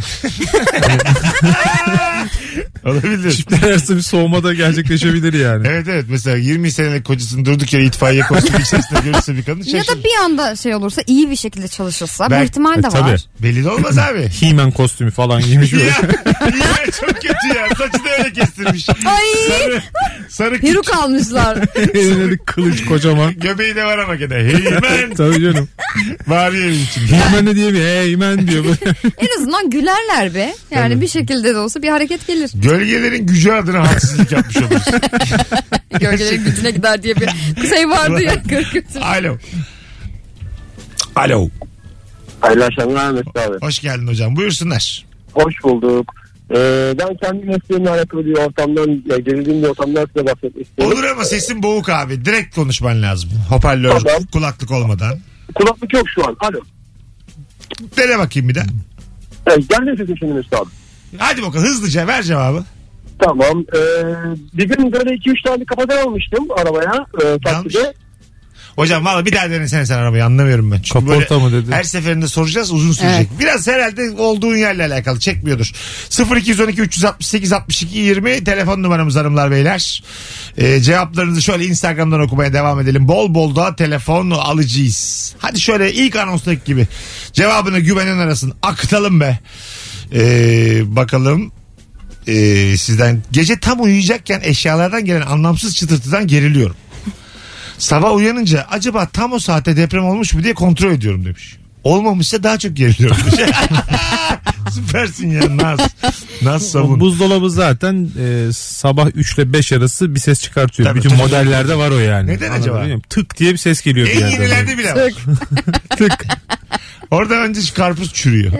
Speaker 1: Olabilir.
Speaker 4: Çiftler arasında bir soğuma da gerçekleşebilir yani.
Speaker 1: Evet evet mesela 20 senelik kocasını durduk yere itfaiye kostümü içerisinde görürse bir kadın
Speaker 2: Ya
Speaker 1: şaşırır.
Speaker 2: da bir anda şey olursa iyi bir şekilde çalışırsa
Speaker 1: Ben-
Speaker 2: bir ihtimal de
Speaker 4: E,
Speaker 2: var.
Speaker 4: tabii.
Speaker 1: Belli de olmaz abi.
Speaker 4: He-Man kostümü falan giymiş böyle.
Speaker 1: ya, ya çok kötü ya. Saçı da öyle kestirmiş.
Speaker 2: Ay
Speaker 1: Sarı, sarı
Speaker 2: peruk almışlar.
Speaker 4: Elinde bir kılıç kocaman.
Speaker 1: Göbeği de var ama gene. Heymen
Speaker 4: Tabii canım.
Speaker 1: var ya evin içinde.
Speaker 4: He-Man de diyemiyor. He-Man diyor. böyle.
Speaker 2: en azından gülerler be. Yani bir şekilde de olsa bir hareket gelir.
Speaker 1: Gölgelerin gücü adına haksızlık yapmış oluruz.
Speaker 2: Gölgelerin gücüne gider diye bir şey vardı ya. Kırkıtır.
Speaker 1: Alo. Alo.
Speaker 5: Hayırlı akşamlar Mesut abi.
Speaker 1: Hoş geldin hocam. Buyursunlar.
Speaker 5: Hoş bulduk. Ee, ben kendi mesleğimle alakalı bir ortamdan, ya gerildiğim bir ortamdan size bahsetmek istiyorum.
Speaker 1: Olur ama sesin boğuk abi. Direkt konuşman lazım. Hoparlör,
Speaker 5: Tamam.
Speaker 1: kulaklık olmadan.
Speaker 5: Kulaklık yok şu an. Alo.
Speaker 1: Dene bakayım bir de.
Speaker 5: Ee, geldi sesim şimdi Mesut abi.
Speaker 1: Hadi bakalım hızlıca ver cevabı.
Speaker 5: Tamam. Ee, bir gün böyle 2-3 tane kafadan almıştım arabaya e, takside.
Speaker 1: Hocam valla bir daha denesene sen arabayı anlamıyorum ben. Çünkü
Speaker 4: Kaporta
Speaker 1: böyle
Speaker 4: mı dedi?
Speaker 1: Her seferinde soracağız uzun sürecek. Biraz herhalde olduğun yerle alakalı çekmiyordur. 0212 368 62 20 telefon numaramız hanımlar beyler. Ee, cevaplarınızı şöyle Instagram'dan okumaya devam edelim. Bol bol da telefon alacağız. Hadi şöyle ilk anonstaki gibi cevabını güvenen arasın. Akıtalım be. Ee, bakalım ee, sizden gece tam uyuyacakken eşyalardan gelen anlamsız çıtırtıdan geriliyorum. Sabah uyanınca acaba tam o saatte deprem olmuş mu diye kontrol ediyorum demiş. Olmamışsa daha çok geriliyorum demiş. Süpersin ya Naz. Naz savun.
Speaker 4: Buzdolabı zaten e, sabah 3 ile 5 arası bir ses çıkartıyor.
Speaker 1: Tabii,
Speaker 4: Bütün
Speaker 1: tabii.
Speaker 4: modellerde var o yani.
Speaker 1: Neden
Speaker 4: Anladın
Speaker 1: acaba?
Speaker 4: değil mi? Tık diye bir ses geliyor bir
Speaker 1: en
Speaker 4: yerden.
Speaker 1: yenilerde bile var.
Speaker 2: Tık.
Speaker 4: Tık
Speaker 1: Orada önce şu karpuz çürüyor.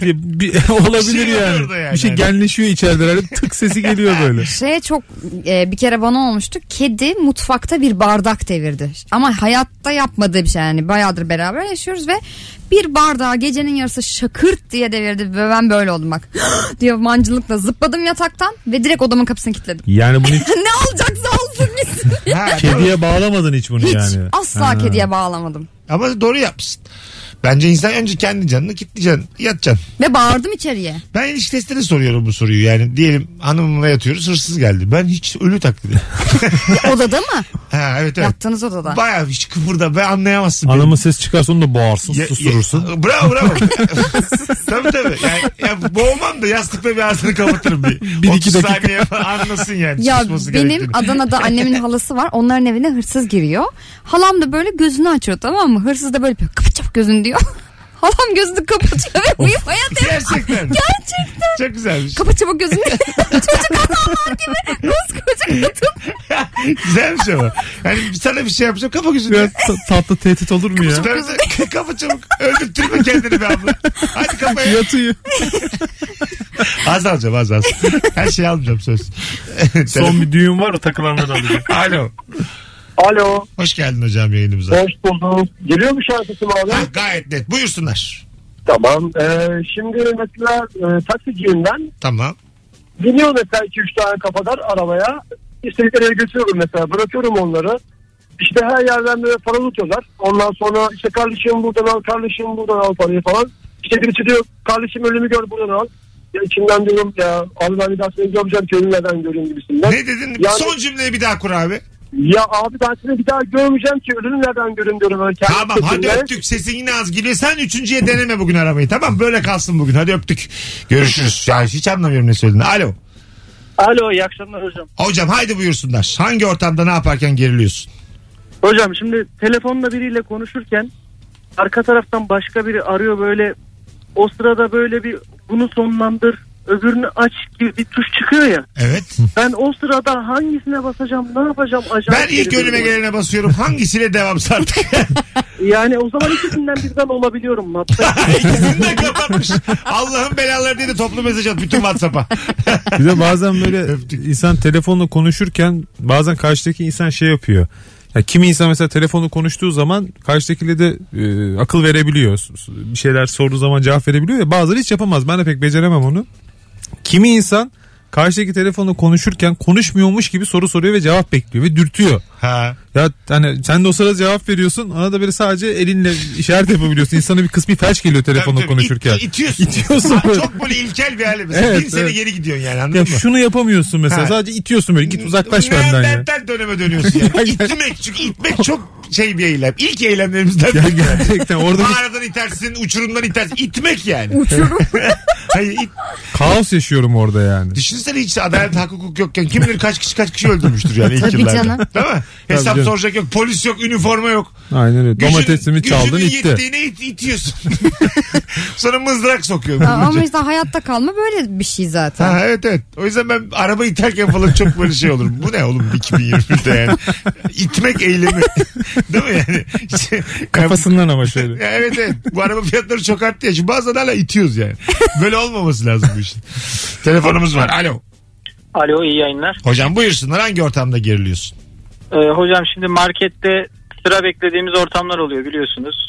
Speaker 4: diye bir- olabilir
Speaker 1: Bir şey oluyor orada
Speaker 4: yani.
Speaker 1: yani.
Speaker 4: Bir şey genleşiyor içeride. herhalde. Tık sesi geliyor böyle.
Speaker 2: Şeye çok e, bir kere bana olmuştu. Kedi mutfakta bir bardak devirdi. Ama hayatta yapmadığı bir şey yani. Bayağıdır beraber yaşıyoruz ve bir bardağı gecenin yarısı şakırt diye devirdi ve ben böyle oldum bak. diye mancılıkla zıpladım yataktan ve direkt odamın kapısını kilitledim.
Speaker 4: Yani bunu
Speaker 2: ne olacaksa olsun gitsin.
Speaker 1: Ha, doğru.
Speaker 4: kediye bağlamadın hiç bunu
Speaker 2: Hiç
Speaker 4: yani.
Speaker 2: asla kediye bağlamadım.
Speaker 1: Ama doğru yapmışsın. Bence insan önce kendi canını kitleyeceksin. Yatacaksın.
Speaker 2: Ve bağırdım içeriye.
Speaker 1: Ben ilişkisine soruyorum bu soruyu. Yani diyelim hanımla yatıyoruz hırsız geldi. Ben hiç ölü taklidi.
Speaker 2: Odada mı?
Speaker 1: ha evet evet.
Speaker 2: Yattığınız odada.
Speaker 1: Bayağı hiç kıpırda ben anlayamazsın. beni.
Speaker 4: Hanımın ses çıkarsa onu da boğarsın
Speaker 1: Ya-
Speaker 4: susturursun.
Speaker 1: ya- bravo bravo. tabii tabii. Yani, ya boğmam da yastıkla bir ağzını kapatırım bir.
Speaker 4: Bir iki
Speaker 1: 30
Speaker 4: dakika.
Speaker 1: saniye falan anlasın yani.
Speaker 2: Ya
Speaker 1: susması
Speaker 2: benim
Speaker 1: gerektiğini.
Speaker 2: Adana'da annemin halası var. Onların evine hırsız giriyor. Halam da böyle gözünü açıyor tamam mı? Hırsız da böyle yapıyor. Kapat çabuk gözünü diyor. Halam gözünü kapatıyor ve uyumaya devam.
Speaker 1: Gerçekten.
Speaker 2: Gerçekten.
Speaker 1: Çok güzelmiş.
Speaker 2: Kapat çabuk gözünü. Çocuk adamlar gibi. Koskoca kadın.
Speaker 1: Güzelmiş ama. Yani sana bir şey yapacağım kafa gözünü.
Speaker 4: Biraz ta- tatlı tehdit olur mu ya?
Speaker 1: Ben de- Kafa çabuk. Öldürtme kendini be abla. Hadi kafaya.
Speaker 4: Yatıyor.
Speaker 1: Az alacağım az az. Her şeyi almayacağım söz.
Speaker 4: Son bir düğün var o takılanları alacak.
Speaker 1: Alo.
Speaker 5: Alo.
Speaker 1: Hoş geldin hocam yayınımıza.
Speaker 5: Hoş bulduk. Geliyor mu şarkısı abi?
Speaker 1: Ha, Gayet net. Buyursunlar.
Speaker 5: Tamam. Ee, şimdi mesela e, taksiciyim ben.
Speaker 1: Tamam.
Speaker 5: Biniyor mesela 2-3 tane kafadar arabaya. İstedikleri yere götürüyorum mesela. Bırakıyorum onları. İşte her yerden böyle para tutuyorlar. Ondan sonra işte kardeşim buradan al, kardeşim buradan al parayı falan. İşte birisi diyor kardeşim ölümü gör buradan al. Ya içimden diyorum ya abi ben bir daha seni görmeyeceğim ki ölümlerden göreyim gibisinden.
Speaker 1: Ne dedin?
Speaker 5: Yani-
Speaker 1: Son cümleyi bir daha kur abi.
Speaker 5: Ya abi ben seni bir daha görmeyeceğim ki ölümlerden göreyim diyorum. Böyle kendi
Speaker 1: Tamam hadi
Speaker 5: içimde.
Speaker 1: öptük. Sesin yine az geliyor. Sen üçüncüye deneme bugün aramayı. Tamam böyle kalsın bugün. Hadi öptük. Görüşürüz. Ya hiç anlamıyorum ne söylediğini. Alo.
Speaker 6: Alo iyi akşamlar hocam.
Speaker 1: Hocam haydi buyursunlar. Hangi ortamda ne yaparken geriliyorsun?
Speaker 6: Hocam şimdi telefonla biriyle konuşurken arka taraftan başka biri arıyor böyle o sırada böyle bir bunu sonlandır öbürünü aç gibi bir tuş çıkıyor ya.
Speaker 1: Evet.
Speaker 6: Ben o sırada hangisine basacağım ne yapacağım
Speaker 1: Ben
Speaker 6: acayip.
Speaker 1: ilk
Speaker 6: geriliyorum.
Speaker 1: önüme gelene basıyorum. Hangisiyle devam artık?
Speaker 6: Yani o zaman ikisinden birden olabiliyorum mapta.
Speaker 1: İkisini de kapatmış. Allah'ın belaları diye de toplu mesaj at bütün WhatsApp'a.
Speaker 4: Bir de bazen böyle insan telefonla konuşurken bazen karşıdaki insan şey yapıyor. Ya kimi insan mesela telefonla konuştuğu zaman karşıdakiyle de e, akıl verebiliyor. S- s- Bir şeyler sorduğu zaman cevap verebiliyor ya bazıları hiç yapamaz. Ben de pek beceremem onu. Kimi insan karşıdaki telefonla konuşurken konuşmuyormuş gibi soru soruyor ve cevap bekliyor ve dürtüyor.
Speaker 1: Ha.
Speaker 4: Ya hani sen de o sırada cevap veriyorsun. Ona da böyle sadece elinle işaret yapabiliyorsun. İnsana bir kısmi felç geliyor
Speaker 1: Tabii,
Speaker 4: telefonla
Speaker 1: tabii.
Speaker 4: konuşurken.
Speaker 1: İt- itiyorsun.
Speaker 4: İtiyorsun
Speaker 1: Ha,
Speaker 4: böyle.
Speaker 1: Çok böyle ilkel bir hali. Mesela.
Speaker 4: Evet,
Speaker 1: Bin sene
Speaker 4: evet.
Speaker 1: geri gidiyorsun yani anladın
Speaker 4: Ya
Speaker 1: mı?
Speaker 4: şunu yapamıyorsun mesela.
Speaker 1: Ha.
Speaker 4: Sadece itiyorsun böyle. Git uzaklaş benden ya.
Speaker 1: Neandertal döneme dönüyorsun yani. İtmek çünkü itmek çok şey bir eylem. İlk eylemlerimizden
Speaker 4: Ya
Speaker 1: biri.
Speaker 4: gerçekten orada bir
Speaker 1: Mağaradan itersin, uçurumdan itersin. İtmek yani. Hayır, it,
Speaker 4: kaos yaşıyorum orada yani.
Speaker 1: düşünsene hiç adalet hak hukuk yokken kim bilir kaç kişi kaç kişi öldürmüştür yani ilk
Speaker 2: Tabii
Speaker 1: yıllarda.
Speaker 2: canım.
Speaker 1: Değil mi? Hesap
Speaker 4: canım.
Speaker 1: soracak yok, polis yok, üniforma yok.
Speaker 4: Aynen öyle.
Speaker 1: Gücün-
Speaker 4: Domatesimi çaldın
Speaker 1: gücünün
Speaker 4: itti.
Speaker 1: yettiğine it, itiyorsun. Sonra mızrak sokuyorsun.
Speaker 2: Ama işte hayatta kalma böyle bir şey zaten.
Speaker 1: Ha, evet evet. O yüzden ben araba iterken falan çok böyle şey olurum. Bu ne oğlum 2020'de yani. İtmek eylemi. Değil mi yani?
Speaker 4: Kafasından ama şöyle.
Speaker 1: Ya evet evet. Bu araba fiyatları çok arttı ya. Şimdi bazen hala itiyoruz yani. Böyle olmaması lazım bu işin. Telefonumuz var. Alo.
Speaker 6: Alo iyi yayınlar.
Speaker 1: Hocam buyursunlar. Hangi ortamda geriliyorsun?
Speaker 6: Ee, hocam şimdi markette sıra beklediğimiz ortamlar oluyor biliyorsunuz.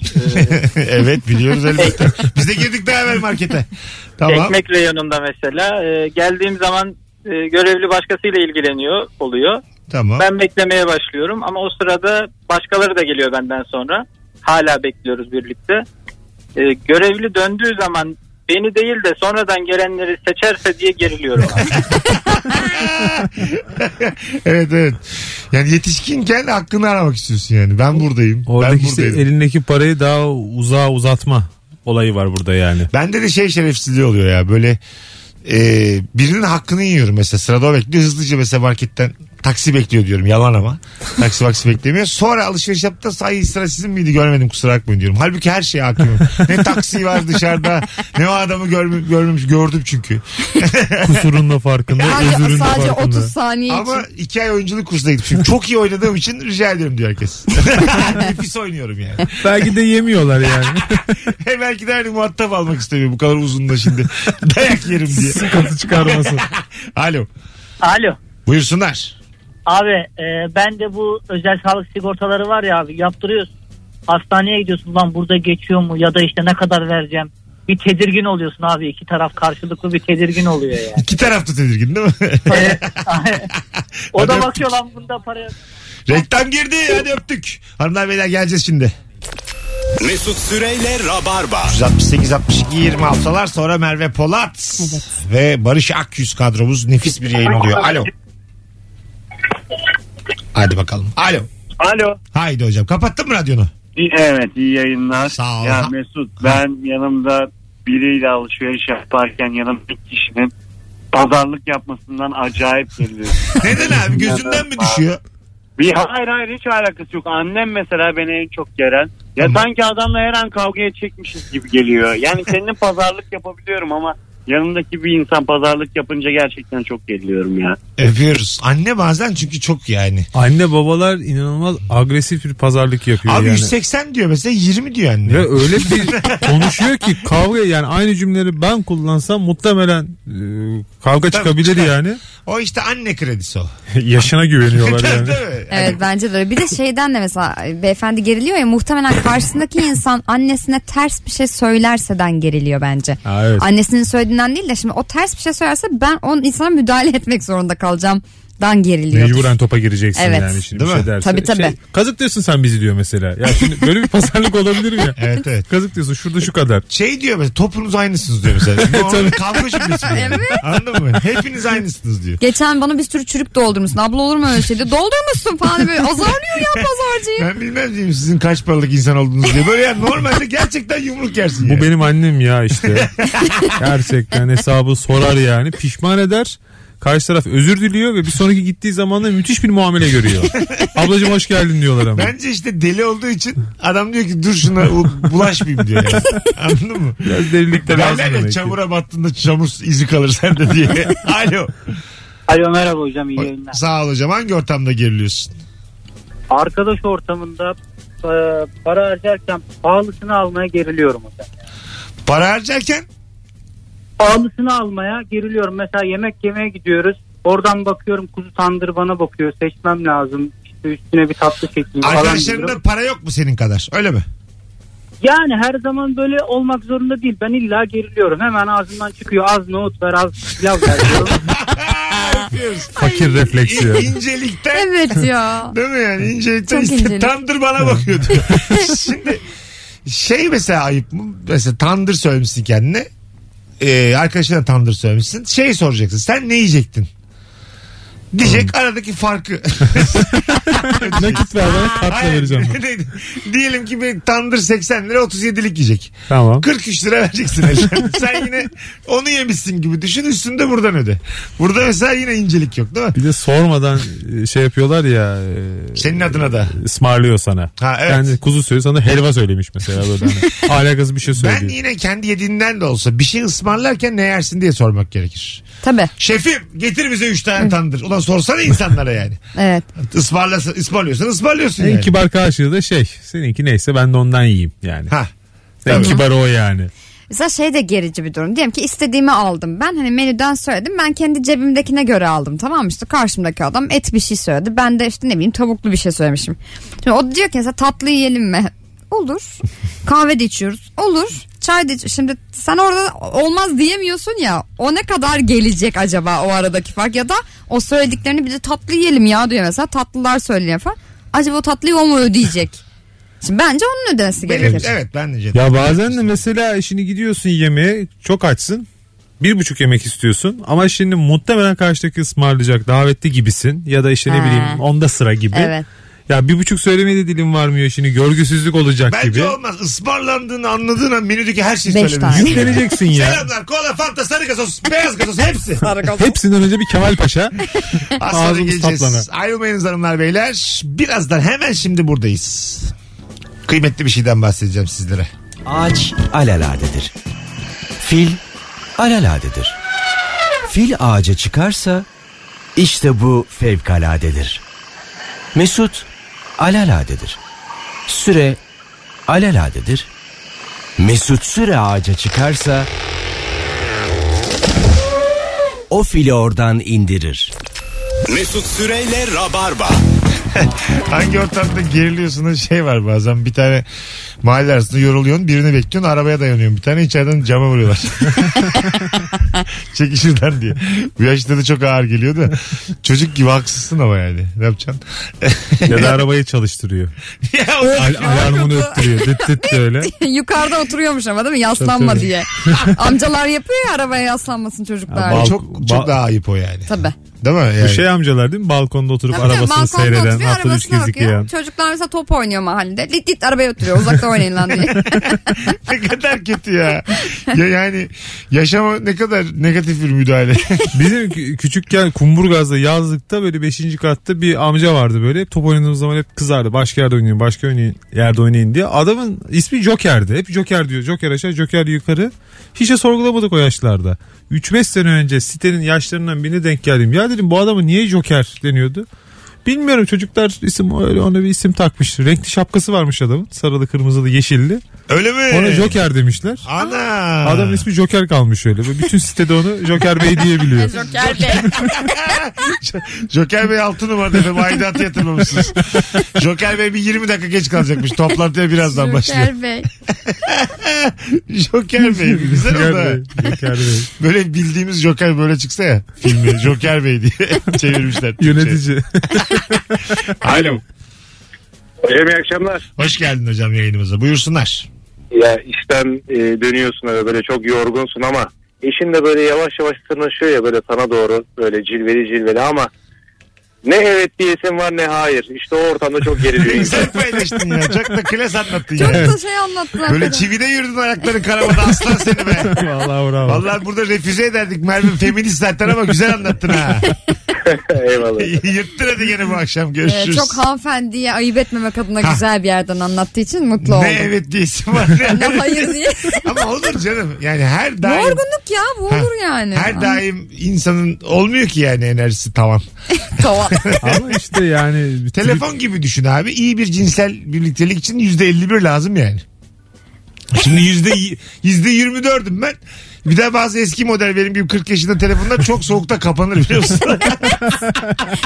Speaker 6: Ee,
Speaker 1: evet biliyoruz elbette. Biz de girdik daha evvel markete. Tamam.
Speaker 6: Ekmek reyonunda mesela. Ee, geldiğim zaman e, görevli başkasıyla ilgileniyor oluyor.
Speaker 1: Tamam.
Speaker 6: Ben beklemeye başlıyorum ama o sırada başkaları da geliyor benden sonra. Hala bekliyoruz birlikte. Ee, görevli döndüğü zaman beni değil de sonradan gelenleri seçerse diye geriliyorum.
Speaker 1: evet evet. Yani yetişkinken hakkını aramak istiyorsun yani. Ben buradayım.
Speaker 4: Oradaki
Speaker 1: ben
Speaker 4: işte
Speaker 1: buradayım.
Speaker 4: elindeki parayı daha uzağa uzatma olayı var burada yani.
Speaker 1: Bende de şey şerefsizliği oluyor ya böyle e, birinin hakkını yiyorum mesela sırada o bekliyor hızlıca mesela marketten taksi bekliyor diyorum yalan ama taksi maksi beklemiyor sonra alışveriş yaptı sayı sıra sizin miydi görmedim kusura bakmayın diyorum halbuki her şeye hakimim ne taksi var dışarıda ne o adamı görmüş, görmemiş gördüm çünkü
Speaker 4: Kusurunla farkında,
Speaker 2: Sadece,
Speaker 4: özürünle
Speaker 2: sadece
Speaker 4: farkında.
Speaker 2: 30 saniye için.
Speaker 1: ama iki ay oyunculuk kursuna gitmişim çok iyi oynadığım için rica ederim diyor herkes nefis oynuyorum yani
Speaker 4: Belki de yemiyorlar yani.
Speaker 1: He, belki de hani muhatap almak istemiyor bu kadar uzun da şimdi dayak yerim diye
Speaker 4: Sıkıntı çıkarmasın.
Speaker 1: alo
Speaker 6: Alo.
Speaker 1: buyursunlar
Speaker 6: Abi e, ben de bu özel sağlık sigortaları var ya abi yaptırıyorsun. Hastaneye gidiyorsun lan burada geçiyor mu ya da işte ne kadar vereceğim. Bir tedirgin oluyorsun abi iki taraf karşılıklı bir tedirgin oluyor yani.
Speaker 1: İki tarafta tedirgin değil mi?
Speaker 6: o
Speaker 1: da
Speaker 6: da
Speaker 1: Hadi
Speaker 6: bakıyor lan bunda para
Speaker 1: Reklam girdi hadi öptük. Hanımlar beyler geleceğiz şimdi.
Speaker 10: Mesut Süreyle Rabarba.
Speaker 1: 168 62 20 haftalar sonra Merve Polat ve Barış Akyüz kadromuz nefis bir yayın oluyor. Alo. Hadi bakalım. Alo.
Speaker 5: Alo.
Speaker 1: Haydi hocam. Kapattın mı radyonu?
Speaker 5: Evet iyi yayınlar.
Speaker 1: Sağ ol.
Speaker 5: Ya Mesut ben yanımda biriyle alışveriş yaparken yanımdaki kişinin pazarlık yapmasından acayip geliyorum.
Speaker 1: Neden abi? Gözünden mi düşüyor?
Speaker 5: Bir hayır hayır hiç alakası yok. Annem mesela beni en çok geren. Ya
Speaker 1: Tamam.
Speaker 5: sanki adamla her an kavgaya çekmişiz gibi geliyor. Yani seninle pazarlık yapabiliyorum ama yanımdaki bir insan pazarlık yapınca gerçekten çok geriliyorum ya.
Speaker 1: Öpüyoruz. Anne bazen çünkü çok yani.
Speaker 4: Anne babalar inanılmaz agresif bir pazarlık yapıyor
Speaker 1: Abi
Speaker 4: yani.
Speaker 1: 180 diyor mesela 20 diyor anne.
Speaker 4: Ve öyle bir konuşuyor ki kavga yani aynı cümleleri ben kullansam muhtemelen e, kavga çıkabilir
Speaker 1: çıkar.
Speaker 4: yani.
Speaker 1: O işte anne kredisi o.
Speaker 4: Yaşına güveniyorlar
Speaker 1: Tabii,
Speaker 4: yani.
Speaker 1: tabii.
Speaker 2: Evet bence de öyle. Bir de şeyden de mesela beyefendi geriliyor ya muhtemelen karşısındaki insan annesine ters bir şey söylerseden geriliyor bence.
Speaker 4: Ha, evet.
Speaker 2: Annesinin söylediğinden değil de şimdi o ters bir şey söylerse ben onun insana müdahale etmek zorunda kalacağım dan geriliyor.
Speaker 4: Mecburen topa gireceksin
Speaker 2: Evet.
Speaker 4: yani şimdi
Speaker 1: Değil
Speaker 4: bir
Speaker 1: mi?
Speaker 4: şey derse.
Speaker 2: Tabii, tabii.
Speaker 4: Şey, kazık diyorsun sen bizi diyor mesela. Ya şimdi böyle bir pazarlık olabilir mi ya?
Speaker 1: Evet evet.
Speaker 4: Kazık diyorsun şurada şu kadar.
Speaker 1: Şey diyor mesela topunuz aynısınız diyor mesela. Normal kavga cümlesi diyor.
Speaker 2: Evet.
Speaker 1: Anladın mı? Hepiniz aynısınız diyor.
Speaker 2: Geçen bana bir sürü çürük doldurmuşsun. Abla olur mu öyle şey diye. Doldurmuşsun falan böyle. Azarlıyor ya pazarcıyı.
Speaker 1: Ben bilmez miyim sizin kaç paralık insan olduğunuzu diye. Böyle yani normalde gerçekten yumruk yersin.
Speaker 4: Bu
Speaker 1: yani.
Speaker 4: benim annem ya işte. Gerçekten hesabı sorar yani. Pişman eder. Karşı taraf özür diliyor ve bir sonraki gittiği zaman da müthiş bir muamele görüyor. Ablacığım hoş geldin diyorlar ama.
Speaker 1: Bence işte deli olduğu için adam diyor ki dur şuna u- bulaşmayayım diyor. Yani. Anladın mı?
Speaker 4: Biraz delilik de lazım
Speaker 1: Derler ya
Speaker 4: demek ki.
Speaker 1: çamura battığında çamur izi kalır sende diye. Alo.
Speaker 11: Alo merhaba hocam iyi yayınlar.
Speaker 1: Sağ ol hocam. Hangi ortamda geriliyorsun?
Speaker 11: Arkadaş ortamında e, para harcarken pahalısını almaya geriliyorum hocam.
Speaker 1: Para harcarken
Speaker 11: Pahalısını almaya geriliyorum. Mesela yemek yemeye gidiyoruz. Oradan bakıyorum kuzu tandır bana bakıyor. Seçmem lazım. İşte üstüne bir tatlı çekeyim falan diyorum.
Speaker 1: arkadaşlarında para yok mu senin kadar? Öyle mi?
Speaker 11: Yani her zaman böyle olmak zorunda değil. Ben illa geriliyorum. Hemen ağzımdan çıkıyor. Az nohut ver az pilav ver diyorum.
Speaker 1: Öpüyoruz.
Speaker 4: Fakir refleksi ya.
Speaker 1: İn- İncelikten
Speaker 2: Evet ya.
Speaker 1: Değil mi yani? İncelikten
Speaker 2: Çok
Speaker 1: işte
Speaker 2: incelik.
Speaker 1: tandır bana bakıyordu. Şimdi şey mesela ayıp mı? Mesela tandır söylemişsin kendine. Ee, arkadaşına tandır söylemişsin. Şey soracaksın. Sen ne yiyecektin?
Speaker 4: Hmm.
Speaker 1: Diyecek aradaki farkı.
Speaker 4: Nakit ver bana kartla
Speaker 1: Hayır,
Speaker 4: vereceğim.
Speaker 1: ne- ne- Diyelim ki bir tandır 80 lira 37'lik yiyecek.
Speaker 4: Tamam.
Speaker 1: 43 lira vereceksin. elden. Sen yine onu yemişsin gibi düşün üstünde buradan öde. Burada mesela yine incelik yok değil mi?
Speaker 4: Bir de sormadan e, şey yapıyorlar ya. e,
Speaker 1: Senin adına da.
Speaker 4: ısmarlıyor sana.
Speaker 1: Ha, evet.
Speaker 4: Yani kuzu söylüyor sana da helva söylemiş mesela böyle. Hani, alakası bir şey
Speaker 1: Ben
Speaker 4: söylüyor.
Speaker 1: yine kendi yediğinden de olsa bir şey ısmarlarken ne yersin diye sormak gerekir.
Speaker 2: Tabii.
Speaker 1: Şefim getir bize 3 tane tandır. Ulan sorsana insanlara yani.
Speaker 2: Evet.
Speaker 1: Ismarlasa, ısmarlıyorsan ısmarlıyorsun
Speaker 4: En
Speaker 1: yani.
Speaker 4: kibar karşılığı da şey. Seninki neyse ben de ondan yiyeyim yani.
Speaker 1: Ha.
Speaker 4: en kibar o yani.
Speaker 2: Mesela şey de gerici bir durum. Diyelim ki istediğimi aldım. Ben hani menüden söyledim. Ben kendi cebimdekine göre aldım. Tamam mı? İşte karşımdaki adam et bir şey söyledi. Ben de işte ne bileyim tavuklu bir şey söylemişim. Şimdi o diyor ki mesela tatlı yiyelim mi? Olur. Kahve de içiyoruz. Olur. Çay da iç- Şimdi sen orada olmaz diyemiyorsun ya. O ne kadar gelecek acaba o aradaki fark? Ya da o söylediklerini bir de tatlı yiyelim ya diyor mesela. Tatlılar söyleniyor falan. Acaba o tatlıyı o mu ödeyecek? Şimdi bence onun ödemesi
Speaker 1: Benim-
Speaker 2: gerekir.
Speaker 1: evet ben de canım.
Speaker 4: Ya bazen de mesela şimdi gidiyorsun yemeğe çok açsın. Bir buçuk yemek istiyorsun ama şimdi muhtemelen karşıdaki ısmarlayacak davetli gibisin ya da işte ne
Speaker 2: Ha.
Speaker 4: bileyim onda sıra gibi.
Speaker 2: Evet.
Speaker 4: Ya bir buçuk söylemeye de dilim varmıyor şimdi görgüsüzlük olacak
Speaker 1: Bence
Speaker 4: gibi.
Speaker 1: olmaz. Ismarlandığını anladığın an menüdeki her şeyi
Speaker 2: Beş
Speaker 1: söylemişsin.
Speaker 2: tane.
Speaker 4: Yükleneceksin ya.
Speaker 1: Selamlar. Kola, Fanta, sarı gazoz, beyaz gazoz hepsi.
Speaker 4: Hepsinden önce bir Kemal Paşa.
Speaker 1: Az sonra
Speaker 4: Ağzımız
Speaker 1: geleceğiz.
Speaker 4: tatlana.
Speaker 1: Ayrılmayınız hanımlar beyler. Birazdan hemen şimdi buradayız. Kıymetli bir şeyden bahsedeceğim sizlere.
Speaker 8: Ağaç alaladedir. Fil alaladedir. Fil ağaca çıkarsa işte bu fevkaladedir. Mesut alaladedir. Süre alaladedir. Mesut süre ağaca çıkarsa o fili oradan indirir.
Speaker 10: Mesut Süreyle Rabarba.
Speaker 1: Hangi ortamda geriliyorsun şey var bazen bir tane mahalle arasında yoruluyorsun birini bekliyorsun arabaya dayanıyorsun bir tane içeriden cama vuruyorlar. Çekişirden diye. Bu yaşta da çok ağır geliyor da. Çocuk gibi haksızsın ama yani. Ne yapacaksın?
Speaker 4: Ya da arabayı çalıştırıyor.
Speaker 1: ya o-
Speaker 4: Al- alarmını öttürüyor. Dit dit de öyle.
Speaker 2: Yukarıda oturuyormuş ama değil mi? Yaslanma
Speaker 4: Tabii.
Speaker 2: diye. Amcalar yapıyor ya arabaya yaslanmasın çocuklar.
Speaker 1: o
Speaker 4: bal-
Speaker 1: çok, çok
Speaker 4: bal-
Speaker 1: daha ayıp o yani.
Speaker 2: Tabii.
Speaker 1: Değil mi? Yani.
Speaker 4: Bu şey amcalar değil mi? Balkonda oturup
Speaker 2: Tabii tabii,
Speaker 4: arabasını
Speaker 2: balkonda
Speaker 4: seyreden,
Speaker 2: oturuyor,
Speaker 4: haftada üç
Speaker 2: arabasına
Speaker 4: kez
Speaker 2: bakıyor.
Speaker 4: yıkayan.
Speaker 2: Çocuklar mesela top oynuyor mahallede. Lit lit arabaya oturuyor. Uzakta oynayın lan diye.
Speaker 1: ne kadar kötü ya. ya. Yani yaşama ne kadar negatif bir müdahale.
Speaker 4: Bizim kü- küçükken Kumburgaz'da yazlıkta böyle 5. katta bir amca vardı böyle. Hep top oynadığımız zaman hep kızardı. Başka yerde oynayın, başka oynayın, yerde oynayın diye. Adamın ismi Joker'di. Hep Joker diyor. Joker aşağı, Joker yukarı. Hiç de sorgulamadık o yaşlarda. 3-5 sene önce sitenin yaşlarından birine denk geldim. Ya dedim bu adama niye Joker deniyordu? Bilmiyorum çocuklar isim öyle ona bir isim takmış. Renkli şapkası varmış adamın. Sarılı, kırmızılı, yeşilli.
Speaker 1: Öyle mi?
Speaker 4: Ona Joker demişler.
Speaker 1: Ana.
Speaker 4: Adamın ismi Joker kalmış öyle. Böyle bütün sitede onu Joker Bey diyebiliyor.
Speaker 2: Joker Bey.
Speaker 1: Joker Bey 6 numarada efendim aidatı yatırmamışsınız. Joker Bey bir 20 dakika geç kalacakmış. Toplantıya birazdan başlıyor.
Speaker 2: Joker Bey.
Speaker 1: Joker Bey. Güzel o da.
Speaker 4: Joker Bey.
Speaker 1: Böyle bildiğimiz Joker böyle çıksa ya filmi Joker Bey diye çevirmişler. Türkçe.
Speaker 4: Yönetici.
Speaker 1: Alo.
Speaker 7: Hocam iyi akşamlar.
Speaker 1: Hoş geldin hocam yayınımıza. Buyursunlar.
Speaker 7: Ya işten e, dönüyorsun öyle böyle çok yorgunsun ama eşin de böyle yavaş yavaş tırnaşıyor ya böyle sana doğru böyle cilveli cilveli ama ne evet diyesin var ne hayır. İşte o ortamda çok geriliyor insan.
Speaker 1: Sen paylaştın ya. Çok da klas anlattın
Speaker 2: Çok
Speaker 1: ya.
Speaker 2: da şey anlattılar.
Speaker 1: Böyle çivide yürüdün ayakların karamada aslan seni be.
Speaker 4: Vallahi bravo.
Speaker 1: Vallahi burada refüze ederdik. Merve feminist zaten ama güzel anlattın ha.
Speaker 7: Eyvallah.
Speaker 1: Yırttın hadi gene bu akşam görüşürüz.
Speaker 2: Ee, çok hanımefendiye ayıp etmemek adına
Speaker 1: Ha.
Speaker 2: güzel bir yerden anlattığı için mutlu oldum.
Speaker 1: ne evet diyesin var ne
Speaker 2: Ne hayır diye.
Speaker 1: Ama olur canım. Yani her daim.
Speaker 2: Yorgunluk ya bu
Speaker 1: Ha.
Speaker 2: olur yani.
Speaker 1: Her daim insanın olmuyor ki yani enerjisi tavan.
Speaker 2: Tamam.
Speaker 4: Ama işte yani
Speaker 1: Telefon gibi düşün abi. İyi bir cinsel birliktelik için yüzde 51 lazım yani. Şimdi yüzde yüzde 24'üm ben. Bir de bazı eski model benim gibi 40 yaşında telefonlar çok soğukta kapanır biliyor musun?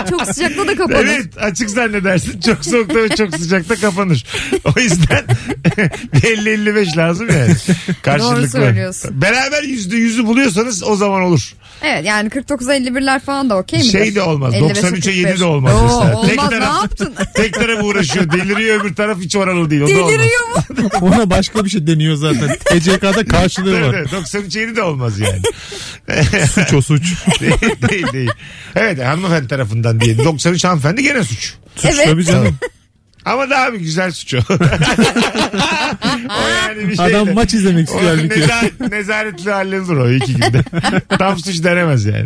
Speaker 2: Çok sıcakta da kapanır.
Speaker 1: evet açık zannedersin. Çok soğukta ve çok sıcakta kapanır. O yüzden 50-55 lazım yani. Karşılıklı.
Speaker 2: söylüyorsun.
Speaker 1: Beraber yüzde yüzü buluyorsanız o zaman olur.
Speaker 2: Evet yani 49'a 51'ler falan da okey mi?
Speaker 1: Şey de olmaz. 93'e 7 de olmaz
Speaker 2: Oo,
Speaker 1: mesela.
Speaker 2: Olmaz
Speaker 1: Tek
Speaker 2: ne
Speaker 1: taraf-
Speaker 2: yaptın?
Speaker 1: Tek taraf uğraşıyor. Deliriyor öbür taraf hiç oralı değil. O da olmaz.
Speaker 2: Deliriyor mu?
Speaker 4: ona başka bir şey deniyor zaten. TCK'da karşılığı
Speaker 1: Evet,
Speaker 4: var.
Speaker 1: evet. 93 yeni de olmaz yani.
Speaker 4: Suç o suç.
Speaker 1: değil, değil, değil. Evet hanımefendi tarafından diye. 93 hanımefendi gene suç.
Speaker 4: Suç
Speaker 2: Evet.
Speaker 4: tabii canım.
Speaker 1: Ama daha bir güzel suç o. o yani bir şey de-
Speaker 4: Adam maç izlemek
Speaker 1: o
Speaker 4: istiyor halbuki.
Speaker 1: neza- nezaretli halledilir o iki günde. Tam suç denemez yani.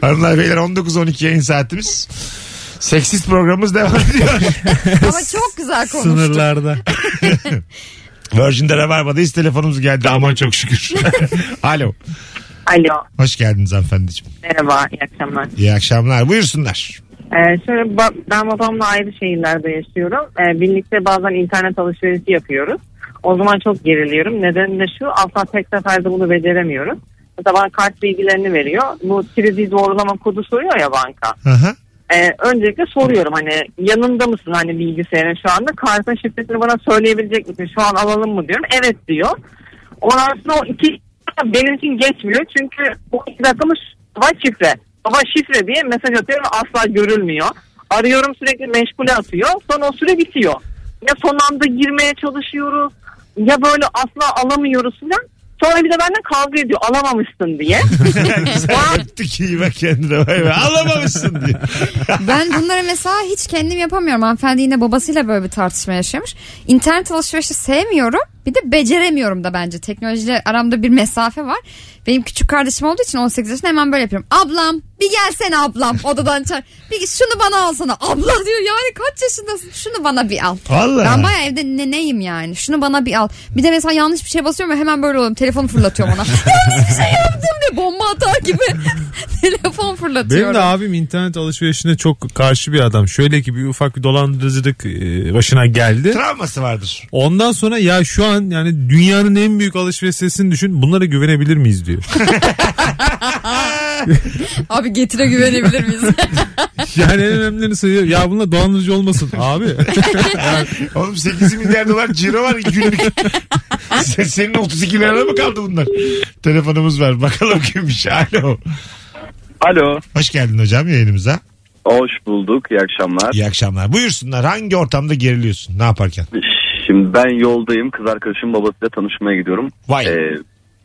Speaker 1: Hanımlar beyler 19-12 yayın saatimiz. Seksist programımız devam ediyor.
Speaker 2: Ama çok güzel konuştun.
Speaker 4: Sınırlarda.
Speaker 1: Virgin'de Rabarba'dayız. Telefonumuz geldi. Aman çok şükür. Alo.
Speaker 12: Alo
Speaker 1: Hoş geldiniz hanımefendiciğim.
Speaker 12: merhaba iyi akşamlar.
Speaker 1: İyi akşamlar. Buyursunlar.
Speaker 12: Ee, şöyle ba- ben babamla ayrı şehirlerde yaşıyorum. Ee, birlikte bazen internet alışverişi yapıyoruz. O zaman çok geriliyorum. Nedeni de şu asla tek seferde bunu beceremiyoruz. Mesela bana kart bilgilerini veriyor. Bu krizi doğrulama kodu soruyor ya banka.
Speaker 1: Aha.
Speaker 12: Ee, öncelikle soruyorum hani yanında mısın hani bilgisayarın şu anda kartın şifresini bana söyleyebilecek misin şu an alalım mı diyorum evet diyor ondan sonra o iki benim için geçmiyor çünkü o iki dakikamız baba şifre baba şifre diye mesaj atıyorum ve asla görülmüyor arıyorum sürekli meşgule atıyor sonra o süre bitiyor ya son anda girmeye çalışıyoruz ya böyle asla alamıyoruz falan sonra bir de benden kavga ediyor alamamışsın diye
Speaker 1: Sen öptük iyi bak kendine. Vay be. Alamamışsın diye.
Speaker 2: Ben bunları mesela hiç kendim yapamıyorum. Hanımefendi yine babasıyla böyle bir tartışma yaşamış. İnternet alışverişi sevmiyorum. Bir de beceremiyorum da bence. Teknolojiyle aramda bir mesafe var. Benim küçük kardeşim olduğu için 18 yaşında hemen böyle yapıyorum. Ablam bir gelsene ablam odadan çağır. Bir şunu bana alsana. Abla diyor yani kaç yaşındasın? Şunu bana bir al.
Speaker 1: Vallahi.
Speaker 2: Ben bayağı evde neneyim yani. Şunu bana bir al. Bir de mesela yanlış bir şey basıyorum ve hemen böyle oluyorum. Telefonu fırlatıyorum ona. yanlış bir şey yaptım diye bomba atar gibi telefon fırlatıyorum.
Speaker 4: Benim de abim internet alışverişine çok karşı bir adam. Şöyle ki bir ufak bir dolandırıcılık e, başına geldi.
Speaker 1: Travması vardır.
Speaker 4: Ondan sonra ya şu an yani dünyanın en büyük alışveriş sitesini düşün. Bunlara güvenebilir miyiz diyor.
Speaker 2: Abi getire güvenebilir miyiz?
Speaker 4: Yani en önemlilerini sayıyor. Ya bununla dolandırıcı olmasın abi.
Speaker 1: Oğlum 8 milyar dolar ciro var günlük. Sen- Senin 32 lirana mı kaldı bunlar? Telefonumuz var. Bakalım kimmiş. Alo.
Speaker 13: Alo.
Speaker 1: Hoş geldin hocam yayınımıza.
Speaker 13: Hoş bulduk. İyi akşamlar.
Speaker 1: İyi akşamlar. Buyursunlar. Hangi ortamda geriliyorsun? Ne yaparken?
Speaker 13: Şimdi ben yoldayım. Kız arkadaşımın babasıyla tanışmaya gidiyorum. Ee,
Speaker 1: Vay.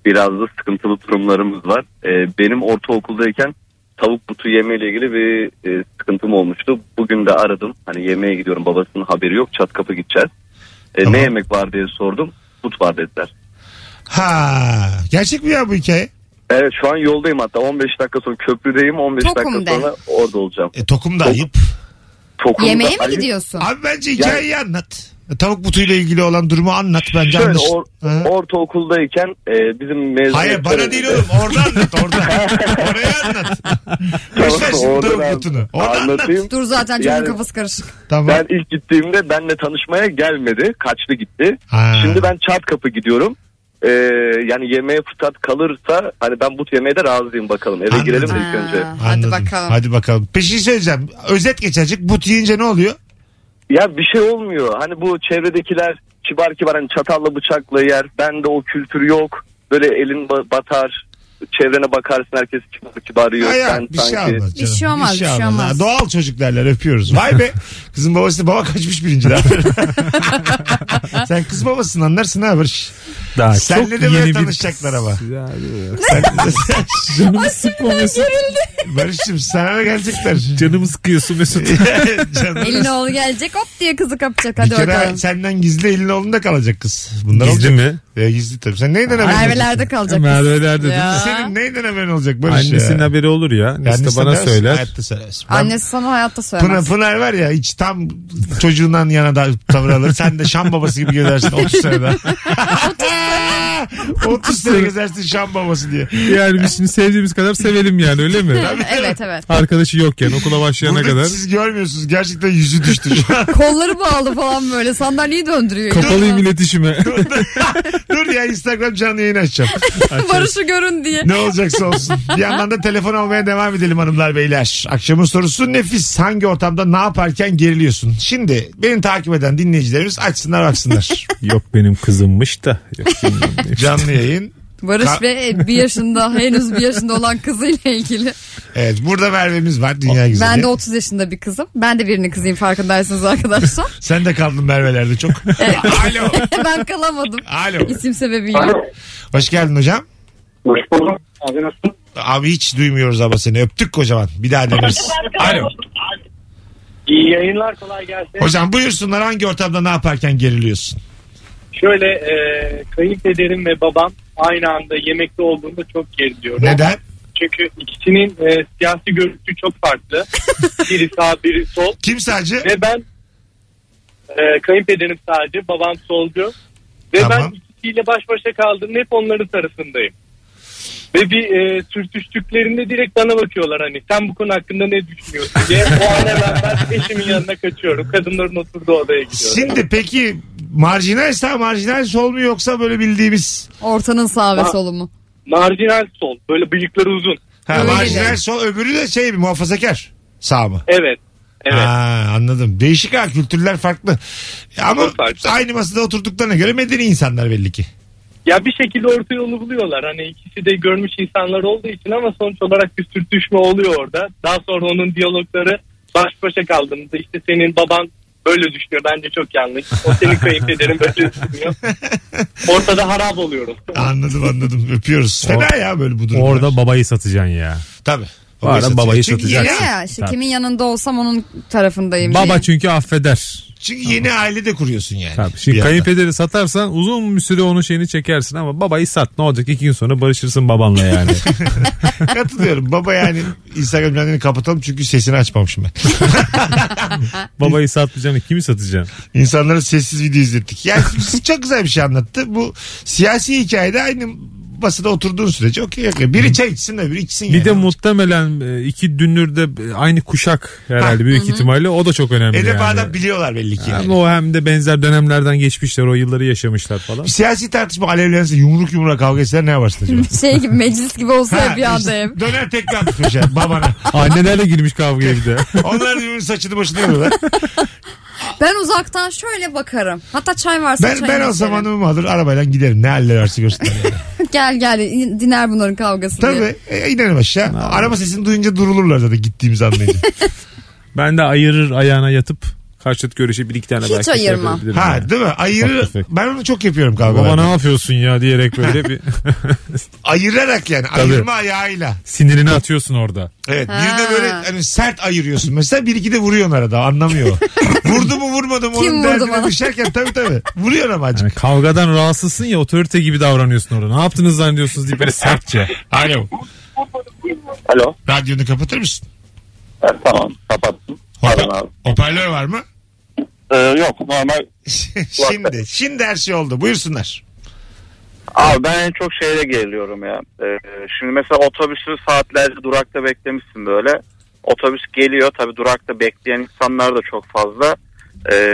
Speaker 13: biraz da sıkıntılı durumlarımız var. Ee, benim ortaokuldayken tavuk butu yemeğiyle ilgili bir e, sıkıntım olmuştu. Bugün de aradım. Hani yemeğe gidiyorum. Babasının haberi yok. Çat kapı gideceğiz. Ee, Ne yemek var diye sordum. But var dediler.
Speaker 1: Ha, gerçek mi ya bu hikaye?
Speaker 13: Evet şu an yoldayım hatta 15 dakika sonra köprüdeyim 15
Speaker 2: Tokum'da.
Speaker 13: dakika sonra orada olacağım. Hani
Speaker 1: E, tokumda ayıp.
Speaker 13: Tokumda
Speaker 2: Yemeğe mi
Speaker 13: ayıp.
Speaker 2: gidiyorsun?
Speaker 1: Abi bence hikayeyi anlat. E, Tavuk butuyla ilgili olan durumu anlat bence anlaş-
Speaker 13: Şöyle or, ortaokuldayken e, bizim mezun...
Speaker 1: e? Hayır bana değil oğlum orada anlat orada. Oraya anlat. Boş ver şimdi tavuk butunu. Orada
Speaker 13: Anlatayım.
Speaker 2: Dur zaten çocuğun
Speaker 13: Yani-
Speaker 2: kafası karışık.
Speaker 1: Tamam.
Speaker 13: Ben ilk gittiğimde benle tanışmaya gelmedi. Kaçlı gitti.
Speaker 1: Ha.
Speaker 13: Şimdi ben çat kapı gidiyorum. Ee, yani yemeğe fırsat kalırsa hani ben but yemeğe de razıyım bakalım. Eve girelim de ilk önce.
Speaker 1: Anladım. Hadi bakalım. Hadi bakalım. Bir şey söyleyeceğim. Özet geç azıcık. But yiyince ne oluyor?
Speaker 13: Ya bir şey olmuyor. Hani bu çevredekiler kibar kibar hani çatalla bıçakla yer. Bende o kültür yok. Böyle elin ba- batar. Çevrene bakarsın herkes kibar kibar yiyor.
Speaker 1: Ay, ay,
Speaker 13: Ben
Speaker 1: bir şey
Speaker 13: sanki-
Speaker 1: olmaz.
Speaker 2: Bir şey
Speaker 1: canım.
Speaker 2: olmaz, bir şey olmaz.
Speaker 1: Ha, Doğal çocuk derler öpüyoruz. Vay be. Kızın babası baba kaçmış birinciden. Sen kız babasın anlarsın ha Barış.
Speaker 4: Daha
Speaker 1: Senle de böyle tanışacaklar ama.
Speaker 4: Canımı sıkmaması.
Speaker 1: Barış'cığım sana da gelecekler.
Speaker 4: Canımı sıkıyorsun Mesut.
Speaker 1: Canım.
Speaker 2: Elin oğlu gelecek hop diye kızı kapacak
Speaker 1: Bir
Speaker 2: hadi
Speaker 1: kere şey
Speaker 2: bakalım.
Speaker 1: senden gizli elin oğlunda kalacak kız. Bunlar
Speaker 4: Gizli
Speaker 1: olacak.
Speaker 4: mi?
Speaker 1: Ya gizli tabii. Sen neyden haberin olacak?
Speaker 2: Merve'lerde kalacak. kız.
Speaker 4: Merve'lerde değil mi?
Speaker 2: Ya.
Speaker 1: Senin neyden haberin olacak Barış
Speaker 4: Annesinin
Speaker 1: ya?
Speaker 4: haberi olur ya.
Speaker 1: Ya
Speaker 4: Nesta
Speaker 1: annesi
Speaker 4: bana
Speaker 1: demez,
Speaker 4: söyler.
Speaker 1: Hayatta söylesin. Ben-
Speaker 2: Annesi sana hayatta
Speaker 1: Pınar,
Speaker 2: söylemez.
Speaker 1: Pınar var ya hiç tam çocuğundan yana da tavır alır. Sen de Şam babası gibi gezersin 30 sene daha. 30 sene gezersin Şam babası diye.
Speaker 4: Yani biz şimdi sevdiğimiz kadar sevelim yani öyle mi?
Speaker 2: evet evet.
Speaker 4: Arkadaşı yok yani okula başlayana
Speaker 1: Burada
Speaker 4: kadar.
Speaker 1: siz görmüyorsunuz. Gerçekten yüzü düştü. şu an.
Speaker 2: Kolları bağlı falan böyle sandalyeyi döndürüyor.
Speaker 4: Kapalıyım iletişime.
Speaker 1: Dur ya Instagram canlı yayın açacağım.
Speaker 2: Barış'ı görün diye.
Speaker 1: Ne olacaksa olsun. Bir yandan da telefon almaya devam edelim hanımlar beyler. Akşamın sorusu nefis. Hangi ortamda ne yaparken geriliyorsun? Şimdi beni takip eden dinleyicilerimiz açsınlar baksınlar.
Speaker 4: yok benim kızımmış da. Yok bilmem ne.
Speaker 1: canlı yayın.
Speaker 2: Barış
Speaker 1: Ka-
Speaker 2: ve bir yaşında henüz bir yaşında olan kızıyla ilgili.
Speaker 1: Evet burada Merve'miz var dünya güzeli.
Speaker 2: Ben de 30 yaşında bir kızım. Ben de birinin kızıyım farkındaysınız arkadaşlar.
Speaker 1: Sen de kaldın Merve'lerde çok. Alo.
Speaker 2: ben kalamadım.
Speaker 1: Alo.
Speaker 2: İsim sebebi yok.
Speaker 1: Hoş geldin hocam.
Speaker 7: Hoş bulduk. Abi nasılsın?
Speaker 1: Abi hiç duymuyoruz ama seni öptük kocaman. Bir daha deneriz. Alo.
Speaker 7: İyi yayınlar kolay gelsin.
Speaker 1: Hocam buyursunlar hangi ortamda ne yaparken geriliyorsun?
Speaker 7: Şöyle e, kayınpederim ve babam aynı anda yemekte olduğunda çok geriliyorum.
Speaker 1: Neden?
Speaker 7: Çünkü ikisinin e, siyasi görüşü çok farklı. biri sağ biri sol.
Speaker 1: Kim sadece?
Speaker 7: Ve ben e, kayınpederim sadece babam solcu. Ve
Speaker 1: Tamam.
Speaker 7: ben ikisiyle baş başa kaldım hep onların tarafındayım. Ve bir e, sürtüştüklerinde direkt bana bakıyorlar hani sen bu konu hakkında ne düşünüyorsun diye. O an hemen ben eşimin yanına kaçıyorum. Kadınların oturduğu odaya gidiyorum.
Speaker 1: Şimdi peki marjinal sağ marjinal sol mu yoksa böyle bildiğimiz?
Speaker 2: Ortanın sağ ve
Speaker 7: Ha.
Speaker 2: solu mu?
Speaker 7: Marjinal sol. Böyle bıyıkları uzun.
Speaker 1: Ha,
Speaker 2: Öyle
Speaker 1: marjinal
Speaker 2: değil.
Speaker 1: sol öbürü de şey mi muhafazakar sağ mı?
Speaker 7: Evet. Evet.
Speaker 1: Ha, anladım. Değişik ha kültürler farklı. Ama
Speaker 7: Çok farklı.
Speaker 1: aynı masada oturduklarına göre medeni insanlar belli ki.
Speaker 7: Ya bir şekilde orta yolu buluyorlar. Hani ikisi de görmüş insanlar olduğu için ama sonuç olarak bir sürtüşme oluyor orada. Daha sonra onun diyalogları baş başa kaldığımızda işte senin baban böyle düşünüyor bence çok yanlış. O senin kayınpederin böyle düşünüyor. Ortada harap oluyorum.
Speaker 1: Anladım anladım. Öpüyoruz. Fena ya böyle bu durumlar.
Speaker 4: Orada babayı satacaksın ya.
Speaker 1: Tabii.
Speaker 4: Bu arada
Speaker 1: satacak.
Speaker 4: babayı
Speaker 1: Çünkü
Speaker 4: satacak.
Speaker 1: yeni-
Speaker 4: Tabii.
Speaker 2: Ya işte
Speaker 4: Tabii.
Speaker 2: kimin yanında olsam onun tarafındayım. Şey,
Speaker 4: Baba
Speaker 2: diye.
Speaker 4: çünkü affeder.
Speaker 1: Çünkü yeni aile de kuruyorsun yani.
Speaker 4: Tabii. şey, Şimdi
Speaker 1: Bir yandan.
Speaker 4: kayınpederi satarsan uzun bir süre onun şeyini çekersin ama babayı sat ne olacak iki gün sonra barışırsın babanla yani.
Speaker 1: Katılıyorum. Baba yani Instagram canlını kapatalım çünkü sesini açmamışım ben.
Speaker 4: babayı satmayacaksın kimi satacaksın?
Speaker 1: İnsanlara sessiz video izlettik. Yani çok güzel bir şey anlattı. Bu siyasi hikayede aynı masada oturduğun sürece okey okey. Biri çay içsin öbürü içsin
Speaker 4: Bir de muhtemelen e, iki dünür de e, aynı kuşak herhalde büyük ihtimalle. O da çok önemli.
Speaker 1: Edep
Speaker 4: yani.
Speaker 1: adam biliyorlar belli ki.
Speaker 4: Hem
Speaker 1: yani.
Speaker 4: o hem de benzer dönemlerden geçmişler. O yılları yaşamışlar falan.
Speaker 1: Bir siyasi tartışma alevlense yumruk yumruğa kavga etseler ne yaparsın acaba?
Speaker 2: Şey gibi meclis gibi olsa
Speaker 1: Ha,
Speaker 2: ya bir anda
Speaker 1: işte
Speaker 2: ev.
Speaker 1: Döner tekrar tutmuşlar babana.
Speaker 4: Annelerle girmiş kavgaya bir de.
Speaker 1: Onlar birbirinin saçını başını yiyorlar.
Speaker 2: Ben uzaktan şöyle bakarım. Hatta çay varsa
Speaker 1: Ben,
Speaker 2: çayını
Speaker 1: ben o
Speaker 2: içerim.
Speaker 1: zaman hanımımı alır arabayla giderim. Ne haller varsa görsünler.
Speaker 2: gel gel in- diner bunların kavgasını.
Speaker 1: Tabii.
Speaker 2: diye.
Speaker 1: E, inerim aşağı. Araba sesini duyunca durulurlar zaten gittiğimizi anlayınca.
Speaker 4: Ben de ayırır ayağına yatıp karşıt görüşe bir iki tane
Speaker 2: Hiç
Speaker 4: belki şey
Speaker 2: ayırmam.
Speaker 4: yapabilirim
Speaker 1: ha
Speaker 4: yani.
Speaker 1: değil mi? Ayırır.
Speaker 4: Ufak tefek.
Speaker 1: Ben onu çok yapıyorum kavgalarda.
Speaker 4: Baba ne yapıyorsun ya diyerek böyle bir
Speaker 1: Ayırarak yani.
Speaker 4: Tabii.
Speaker 1: Ayırma ayağıyla.
Speaker 4: sinirini atıyorsun orada.
Speaker 1: Evet. Bir
Speaker 2: Ha.
Speaker 1: de böyle hani sert ayırıyorsun. Mesela bir iki de vuruyorsun arada. Anlamıyor. o. Vurdu mu vurmadı mı
Speaker 2: Kim
Speaker 1: onun
Speaker 2: vurdu
Speaker 1: derdine
Speaker 2: bana?
Speaker 1: düşerken tabii tabii. Vuruyorsun ama acık.
Speaker 4: Yani kavgadan rahatsızsın ya otorite gibi davranıyorsun orada. Ne yaptınız zannediyorsunuz diye böyle sertçe.
Speaker 1: Alo.
Speaker 5: Alo.
Speaker 1: Radyonu kapatır mısın?
Speaker 5: tamam kapattım. Pardon abi.
Speaker 1: Hoparlör var mı?
Speaker 5: Ee, yok normal.
Speaker 1: şimdi. Şimdi her şey oldu. Buyursunlar.
Speaker 5: Abi ben en çok şeyle geriliyorum ya. Ee, şimdi mesela otobüsü saatlerce durakta beklemişsin böyle. Otobüs geliyor tabi durakta bekleyen insanlar da çok fazla. Ee,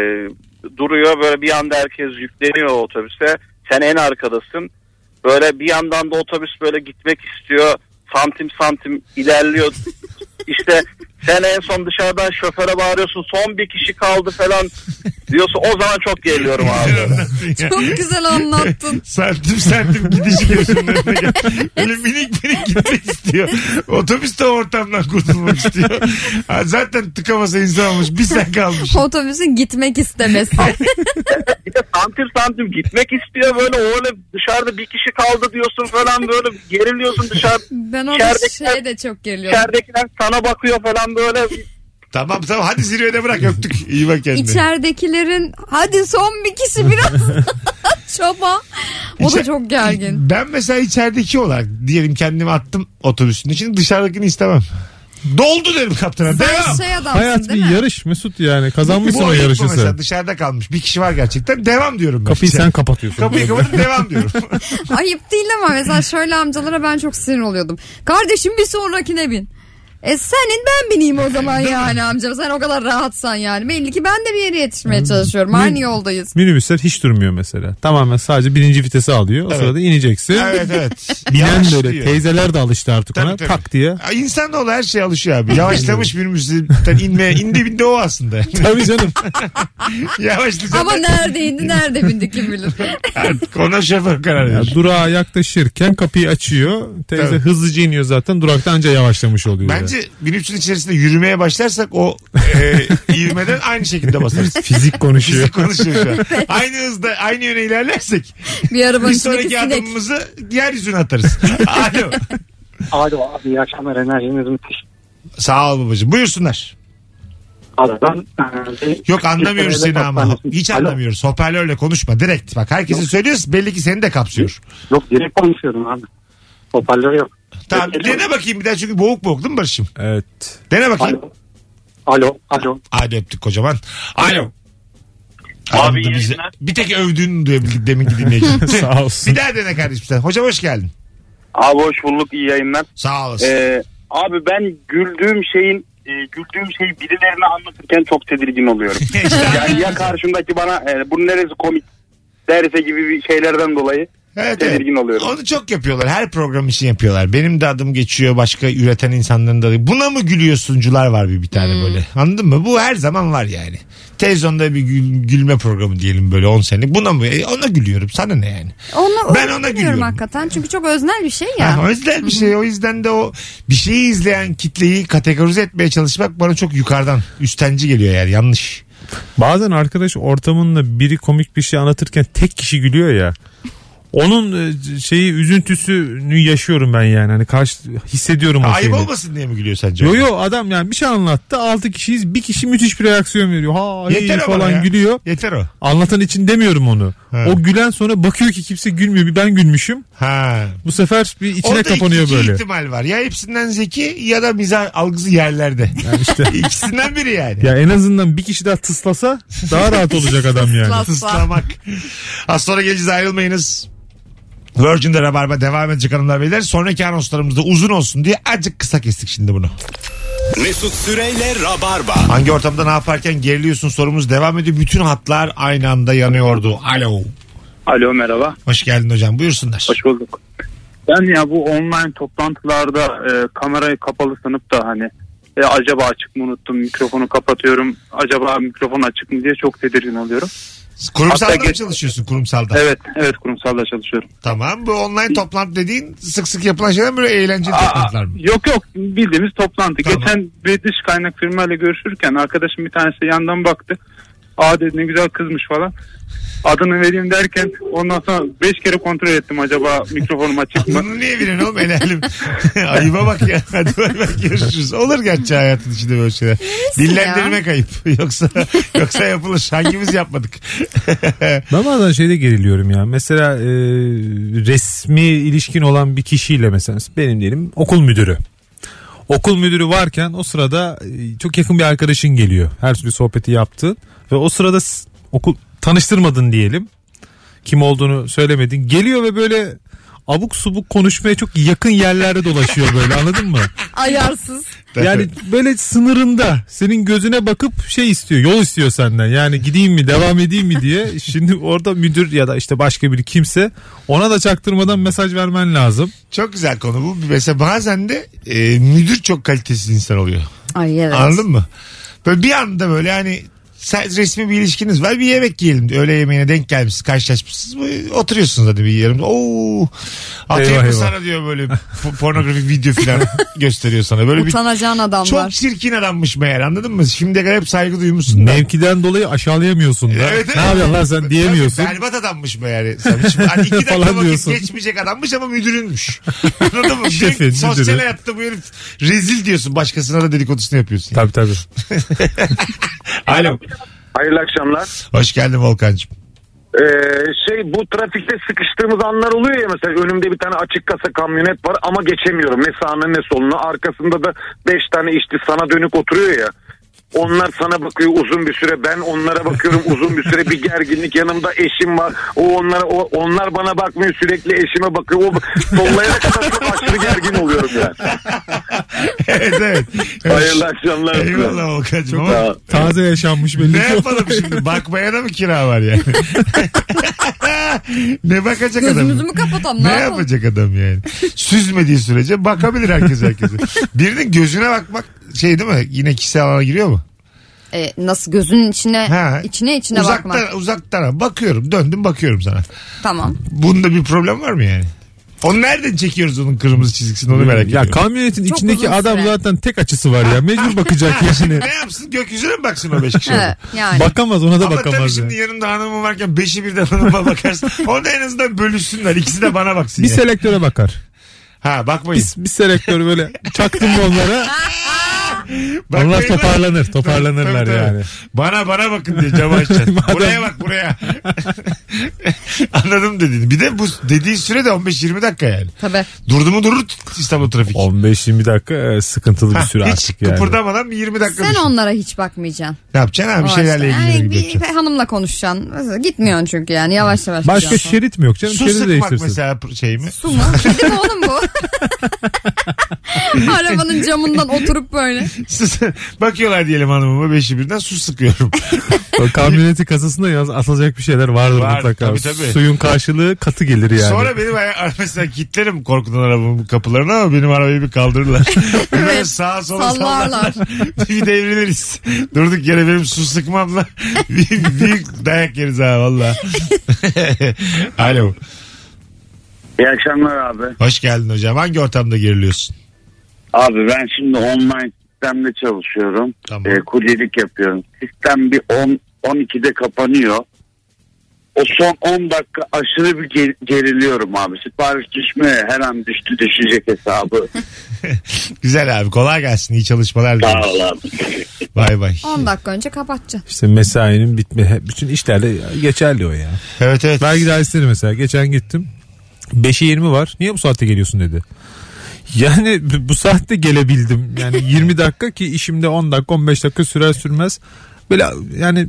Speaker 5: duruyor böyle bir anda herkes yükleniyor otobüse. Sen en arkadasın. Böyle bir yandan da otobüs böyle gitmek istiyor. Santim santim ilerliyor. işte sen en son dışarıdan şoföre bağırıyorsun. Son bir kişi kaldı falan diyorsun. O zaman çok geriliyorum abi.
Speaker 2: Çok güzel anlattın.
Speaker 1: Sertim sertim gidişi gözümün önüne gel. Böyle minik minik gitmek istiyor. Otobüs de o ortamdan kurtulmak istiyor. Ha, Zaten tıkamasa insan olmuş. Bir sen kalmış.
Speaker 2: Otobüsün gitmek istemesi.
Speaker 5: Bir de santim santim gitmek istiyor böyle o öyle dışarıda bir kişi kaldı diyorsun falan böyle geriliyorsun dışarı.
Speaker 2: Ben orada
Speaker 5: İçerideki-
Speaker 2: şeye de çok geriliyorum.
Speaker 5: İçeridekiler sana bakıyor falan böyle.
Speaker 1: Tamam tamam hadi zirvede bırak öptük. İyi bak kendine.
Speaker 2: İçeridekilerin hadi son bir kişi biraz çaba. O da
Speaker 1: İçer-
Speaker 2: çok gergin.
Speaker 1: Ben mesela içerideki olarak diyelim kendimi attım otobüsün için dışarıdakini istemem. Doldu derim kaptana.
Speaker 2: Sen
Speaker 1: Devam.
Speaker 2: şey adamsın
Speaker 4: Hayat bir
Speaker 2: değil mi?
Speaker 4: yarış Mesut yani. Kazanmışsın
Speaker 1: Bu
Speaker 4: o
Speaker 1: ayıp mı
Speaker 4: yarışı
Speaker 1: mesela
Speaker 4: sen.
Speaker 1: dışarıda kalmış. Bir kişi var gerçekten. Devam diyorum ben.
Speaker 4: Kapıyı
Speaker 1: İçer-
Speaker 4: sen kapatıyorsun.
Speaker 1: Kapıyı kapatıp devam diyorum.
Speaker 2: Ayıp değil ama mesela şöyle amcalara ben çok sinir oluyordum. Kardeşim bir sonrakine bin. E senin ben bineyim o zaman yani amcam. Sen o kadar rahatsan yani. Belli ki ben de bir yere
Speaker 1: Hmm.
Speaker 2: yetişmeye çalışıyorum. Aynı yoldayız.
Speaker 4: Minibüsler hiç durmuyor mesela. Tamamen sadece birinci vitesi alıyor. O
Speaker 1: Evet.
Speaker 4: sırada ineceksin.
Speaker 1: evet evet.
Speaker 4: Binen
Speaker 1: Yavaş
Speaker 4: böyle
Speaker 1: diyor.
Speaker 4: teyzeler de alıştı artık
Speaker 1: Tabii,
Speaker 4: ona.
Speaker 1: tabii.
Speaker 4: Tak diye.
Speaker 1: Ya İnsanoğlu her şeye alışıyor abi. Yavaşlamış bir müzikten inmeye. indi bindi o aslında.
Speaker 4: Tabii canım.
Speaker 1: Yavaşlayacak.
Speaker 2: Ama nerede indi nerede bindi kim bilir.
Speaker 1: Artık ona şoför karar
Speaker 4: Ya
Speaker 1: verir.
Speaker 4: durağa yaklaşırken kapıyı açıyor. Teyze
Speaker 1: Tabii.
Speaker 4: hızlıca iniyor zaten. Durakta anca yavaşlamış oluyor.
Speaker 1: Bence 1300'ün içerisinde yürümeye başlarsak o e, ivmeden aynı şekilde basarız.
Speaker 4: Fizik konuşuyor.
Speaker 1: Fizik konuşuyor şu an. Aynı hızda aynı yöne ilerlersek
Speaker 2: Bir arabanın
Speaker 1: bir
Speaker 2: içindeki
Speaker 1: sonraki
Speaker 2: sinek.
Speaker 1: adımımızı yeryüzüne atarız. Alo.
Speaker 14: Alo abi iyi akşamlar enerjiniz müthiş.
Speaker 1: Sağ ol babacığım. Buyursunlar.
Speaker 14: Aradan. e,
Speaker 1: Yok anlamıyoruz seni ama. Hiç anlamıyoruz. Hoparlörle konuşma. Direkt bak herkesin söylüyorsun belli ki seni de kapsıyor.
Speaker 14: Yok direkt konuşuyorum abi. Hoparlör yok.
Speaker 1: Tamam dene bakayım bir daha çünkü boğuk boğuk değil mi Barış'ım?
Speaker 4: Evet.
Speaker 1: Dene bakayım.
Speaker 14: Alo. Alo.
Speaker 1: Hadi öptük kocaman. Alo.
Speaker 5: Abi,
Speaker 1: Aramızda
Speaker 5: iyi
Speaker 1: bize-
Speaker 5: yayınlar.
Speaker 1: Bir tek övdüğünü duyabildik deminki dinleyici.
Speaker 4: Sağ olsun.
Speaker 1: bir daha dene kardeşim sen. Hocam hoş geldin.
Speaker 5: Abi hoş bulduk iyi yayınlar.
Speaker 1: Sağ olasın.
Speaker 5: Ee, abi ben güldüğüm şeyin e, güldüğüm şeyi birilerine anlatırken çok tedirgin oluyorum. yani ya karşımdaki bana e, bunun neresi komik derse gibi bir şeylerden dolayı.
Speaker 1: Evet,
Speaker 5: tedirgin oluyorum.
Speaker 1: Onu çok yapıyorlar. Her program için yapıyorlar. Benim de adım geçiyor. Başka üreten insanların da. Buna mı gülüyorsuncular var bir bir tane
Speaker 5: Hmm.
Speaker 1: böyle. Anladın mı? Bu her zaman var yani. Televizyonda bir gül- gülme programı diyelim böyle 10 senelik. Buna mı? E, ona gülüyorum. Sana ne yani?
Speaker 2: Onu,
Speaker 1: Ben ona
Speaker 2: onu bilmiyorum
Speaker 1: gülüyorum.
Speaker 2: hakikaten. Çünkü çok öznel bir şey ya.
Speaker 1: Ha, o yüzden bir şey. O yüzden de o bir şeyi izleyen kitleyi kategorize etmeye çalışmak bana çok yukarıdan üstenci geliyor yani. Yanlış.
Speaker 4: Bazen arkadaş ortamında biri komik bir şey anlatırken tek kişi gülüyor ya. Onun e, şeyi üzüntüsünü yaşıyorum ben yani. Hani karşı hissediyorum o
Speaker 1: Ayıp
Speaker 4: şeyi.
Speaker 1: olmasın diye mi gülüyor sence?
Speaker 4: Şey- Yo yo adam yani bir şey anlattı. Altı kişiyiz. Bir kişi müthiş bir reaksiyon veriyor. Ha hey
Speaker 1: Yeter o bana
Speaker 4: falan
Speaker 1: ya.
Speaker 4: gülüyor.
Speaker 1: Yeter o.
Speaker 4: Anlatan için demiyorum onu.
Speaker 1: He.
Speaker 4: O gülen sonra bakıyor ki kimse gülmüyor. Bir ben gülmüşüm.
Speaker 1: Ha.
Speaker 4: Bu sefer bir içine
Speaker 1: Orada
Speaker 4: kapanıyor
Speaker 1: iki,
Speaker 4: böyle.
Speaker 1: iki ihtimal var. Ya hepsinden zeki ya da mizah algısı yerlerde.
Speaker 4: Yani işte
Speaker 1: İkisinden biri yani.
Speaker 4: ya en azından bir kişi daha tıslasa daha rahat olacak adam yani.
Speaker 2: Tıslasa.
Speaker 1: Islamak. Az sonra geleceğiz ayrılmayınız. Virgin'de Rabarba devam edecek hanımlar beyler. Sonraki anonslarımızda uzun olsun diye acık kısa kestik şimdi bunu.
Speaker 9: Mesut Süreyle Rabarba.
Speaker 1: Hangi ortamda ne yaparken geriliyorsun sorumuz devam ediyor. Bütün hatlar aynı anda yanıyordu. Alo.
Speaker 15: Alo merhaba.
Speaker 1: Hoş geldin hocam buyursunlar.
Speaker 15: Hoş bulduk. Ben ya bu online toplantılarda e, kamerayı kapalı sanıp da hani e, acaba açık mı unuttum mikrofonu kapatıyorum acaba mikrofon açık mı diye çok tedirgin oluyorum.
Speaker 1: Kurumsalda
Speaker 15: Hatta
Speaker 1: mı
Speaker 15: geç-
Speaker 1: çalışıyorsun kurumsalda?
Speaker 15: Evet evet kurumsalda çalışıyorum.
Speaker 1: Tamam bu online toplantı dediğin sık sık yapılan şeyler böyle eğlenceli toplantılar mı?
Speaker 15: Yok yok bildiğimiz toplantı. Geçen bir dış kaynak firmayla görüşürken arkadaşım bir tanesi yandan baktı. Aa dedi ne güzel kızmış falan. Adını vereyim derken ondan sonra 5 kere kontrol ettim acaba mikrofonum açık mı?
Speaker 1: Bunu niye verin oğlum helalim. Ayıba bak ya. Hadi bay bay görüşürüz. Olur gerçi hayatın içinde böyle şeyler. Dillendirmek ayıp. Yoksa yoksa yapılır. Hangimiz yapmadık?
Speaker 4: Ben bazen şeyde geriliyorum ya. Mesela e, resmi ilişkin olan bir kişiyle mesela benim diyelim okul müdürü. Okul müdürü varken o sırada e, çok yakın bir arkadaşın geliyor. Her türlü sohbeti yaptın ve o sırada s- okul tanıştırmadın diyelim. Kim olduğunu söylemedin. Geliyor ve böyle abuk subuk konuşmaya çok yakın yerlerde dolaşıyor böyle anladın mı?
Speaker 16: Ayarsız.
Speaker 4: Yani böyle sınırında senin gözüne bakıp şey istiyor yol istiyor senden yani gideyim mi devam edeyim mi diye. Şimdi orada müdür ya da işte başka bir kimse ona da çaktırmadan mesaj vermen lazım.
Speaker 1: Çok güzel konu bu. Mesela bazen de e, müdür çok kalitesiz insan oluyor.
Speaker 16: Ay evet.
Speaker 1: Anladın mı? Böyle bir anda böyle hani sen- resmi bir ilişkiniz var bir yemek yiyelim. diyor. Öğle yemeğine denk gelmişsiniz karşılaşmışsınız. Bu- Oturuyorsunuz hadi bir yarım. Oo, atayım
Speaker 4: Eyvah,
Speaker 1: mı
Speaker 4: eyvah.
Speaker 1: sana diyor böyle po- pornografik video falan gösteriyor sana. Böyle bir
Speaker 16: Utanacağın adamlar.
Speaker 1: çok çirkin adammış meğer anladın mı? Şimdiye kadar hep saygı duymuşsun. da.
Speaker 4: Mevkiden dolayı aşağılayamıyorsun da.
Speaker 1: Evet, evet.
Speaker 4: Ne yapıyorsun lan sen diyemiyorsun.
Speaker 1: Berbat adammış meğer. Sen şimdi hani iki dakika
Speaker 4: Falan
Speaker 1: vakit
Speaker 4: diyorsun.
Speaker 1: geçmeyecek adammış ama müdürünmüş. Anladın mı? Şefin,
Speaker 4: Şefin,
Speaker 1: sosyal
Speaker 4: müdürü.
Speaker 1: hayatta bu herif rezil diyorsun. Başkasına da dedikodusunu yapıyorsun. Tabii
Speaker 4: tabii.
Speaker 1: Alo.
Speaker 17: Hayırlı akşamlar.
Speaker 1: Hoş geldin Volkan'cığım.
Speaker 17: Ee, şey bu trafikte sıkıştığımız anlar oluyor ya mesela önümde bir tane açık kasa kamyonet var ama geçemiyorum. Ne sağına ne soluna arkasında da 5 tane işçi sana dönük oturuyor ya. Onlar sana bakıyor uzun bir süre ben onlara bakıyorum uzun bir süre bir gerginlik yanımda eşim var. O onlara o, onlar bana bakmıyor sürekli eşime bakıyor. O sollayana kadar çok aşırı gergin oluyorum ya.
Speaker 1: evet evet.
Speaker 17: Hayırlı akşamlar.
Speaker 1: Eyvallah Volkan'cığım.
Speaker 4: Çok
Speaker 1: Ama
Speaker 4: taze yaşanmış belli
Speaker 1: ne
Speaker 4: ki.
Speaker 1: yapalım şimdi? Bakmaya da mı kira var yani? ne bakacak adam?
Speaker 16: Gözümüzü mü kapatalım?
Speaker 1: Ne
Speaker 16: Ne, yapalım?
Speaker 1: yapacak adam yani? Süzmediği sürece bakabilir herkes herkese. Birinin gözüne bakmak şey değil mi? Yine kişisel alana giriyor mu?
Speaker 16: E, nasıl gözünün içine
Speaker 1: Ha.
Speaker 16: içine içine
Speaker 1: uzaktan,
Speaker 16: bakmak.
Speaker 1: Uzaktan bakıyorum döndüm bakıyorum sana.
Speaker 16: Tamam.
Speaker 1: Bunda bir problem var mı yani? Onu nereden çekiyoruz onun kırmızı çizgisini onu merak
Speaker 4: ya
Speaker 1: ediyorum.
Speaker 4: kamyonetin
Speaker 1: Çok
Speaker 4: içindeki
Speaker 1: uzun
Speaker 4: adam
Speaker 1: süre.
Speaker 4: zaten tek açısı var ya. Mecbur bakacak yani.
Speaker 1: ne yapsın gökyüzüne mi baksın o beş kişi? orada?
Speaker 16: yani.
Speaker 4: Bakamaz ona da
Speaker 1: Ama tabii
Speaker 4: bakamaz. ya.
Speaker 1: şimdi yanımda hanımım varken beşi birden hanıma bakarsın. Onu en azından bölüşsünler. İkisi de bana baksın.
Speaker 4: Bir
Speaker 1: yani.
Speaker 4: selektöre bakar.
Speaker 1: Ha bakmayın.
Speaker 4: Bir, bir selektör böyle çaktım mı onlara.
Speaker 1: Bakmayın
Speaker 4: onlar
Speaker 1: lan.
Speaker 4: toparlanır
Speaker 1: Tabii,
Speaker 4: toparlanırlar
Speaker 1: tabii.
Speaker 4: yani.
Speaker 1: Bana bana bakın diye cama açacaksın.
Speaker 4: Madem-
Speaker 1: buraya bak buraya. Anladım dediğini. Bir de bu dediği süre de 15-20 dakika yani.
Speaker 16: Tabii.
Speaker 1: Durdu mu durur İstanbul trafik.
Speaker 4: 15-20 dakika e, sıkıntılı bir
Speaker 1: Ha,
Speaker 4: süre
Speaker 1: hiç
Speaker 4: artık yani.
Speaker 1: kıpırdamadan bir 20 dakika
Speaker 16: Sen
Speaker 1: düşün.
Speaker 16: onlara hiç bakmayacaksın.
Speaker 1: Ne yapacaksın abi? Bir
Speaker 16: O
Speaker 1: şeylerle
Speaker 16: açıdan.
Speaker 1: ilgili gibi
Speaker 16: bir
Speaker 1: yapacaksın.
Speaker 16: hanımla konuşacaksın. Gitmiyorsun çünkü yani yavaş yavaş.
Speaker 4: Başka
Speaker 1: şey-
Speaker 16: gidiyorsun.
Speaker 4: şerit mi yok canım?
Speaker 1: Su
Speaker 4: şerit
Speaker 1: sıkmak
Speaker 4: değiştirsin.
Speaker 1: mesela şey mi?
Speaker 16: Su mu? Kedi mi oğlum bu? Arabanın camından oturup böyle.
Speaker 1: Bakıyorlar diyelim hanımıma beşi birden su sıkıyorum.
Speaker 4: O kamyonetin kasasında yalnız asılacak bir şeyler vardır
Speaker 1: Var,
Speaker 4: mutlaka.
Speaker 1: tabii, tabii.
Speaker 4: Suyun karşılığı katı gelir yani.
Speaker 1: Sonra benim ara- mesela kilitlerim korkudan arabamın kapılarını ama benim arabayı bir kaldırırlar. Bir Böyle sağa sola
Speaker 16: Sallarlar.
Speaker 1: sallarlar. bir devriliriz. Durduk yere benim su sıkmamla büyük, büyük dayak yeriz ha valla. Alo.
Speaker 18: İyi akşamlar abi.
Speaker 1: Hoş geldin hocam. Hangi ortamda geriliyorsun?
Speaker 18: Abi ben şimdi online sistemde çalışıyorum. Ee, kuryelik yapıyorum. Sistem bir 10 12'de kapanıyor. O son 10 dakika aşırı bir ger- geriliyorum abi. Sipariş düşmüyor. Her an düştü düşecek hesabı.
Speaker 1: Güzel abi. Kolay gelsin. İyi çalışmalar.
Speaker 18: Sağ ol abi.
Speaker 1: Bay bay.
Speaker 16: 10 dakika önce kapatacaksın.
Speaker 4: İşte mesainin bitme bütün işlerde geçerli o ya.
Speaker 1: Evet evet.
Speaker 4: Vergi dairesleri mesela geçen gittim. 5'e 20 var. Niye bu saatte geliyorsun dedi. Yani bu- bu saatte gelebildim. Yani 20 dakika ki işimde 10 dakika 15 dakika sürer sürmez. Böyle yani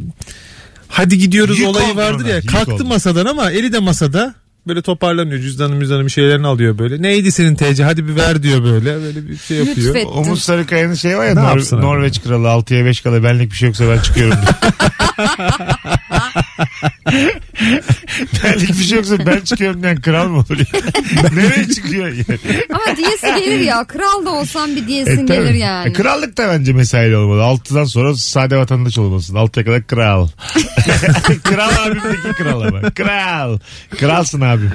Speaker 4: hadi gidiyoruz
Speaker 1: Yük
Speaker 4: olayı
Speaker 1: oldun
Speaker 4: vardır
Speaker 1: ona,
Speaker 4: ya.
Speaker 1: yük
Speaker 4: Kalktı
Speaker 1: oldun.
Speaker 4: masadan ama eli de masada. Böyle toparlanıyor cüzdanı müzdanı bir şeylerini alıyor böyle. Neydi senin TC hadi bir ver diyor böyle. Böyle bir şey yapıyor.
Speaker 1: Umut Sarıkaya'nın şey var ya
Speaker 4: Ne
Speaker 1: Nor-
Speaker 4: yapsın abi?
Speaker 1: Norveç kralı 6'ya 5 kala benlik bir şey yoksa ben çıkıyorum diyor. benlik bir şey yoksa ben çıkıyorum diyen kral mı olur ya? Nereye çıkıyor yani?
Speaker 16: Ama diyesi gelir ya. Kral da olsan bir
Speaker 1: E,
Speaker 16: diyesin
Speaker 1: tabii.
Speaker 16: gelir yani.
Speaker 1: E, Krallık da bence mesaili olmalı. 6'dan sonra sade vatandaş olmalısın. 6'ya kadar kral. kral abimdeki kral ama. Kral. Kralsın abim.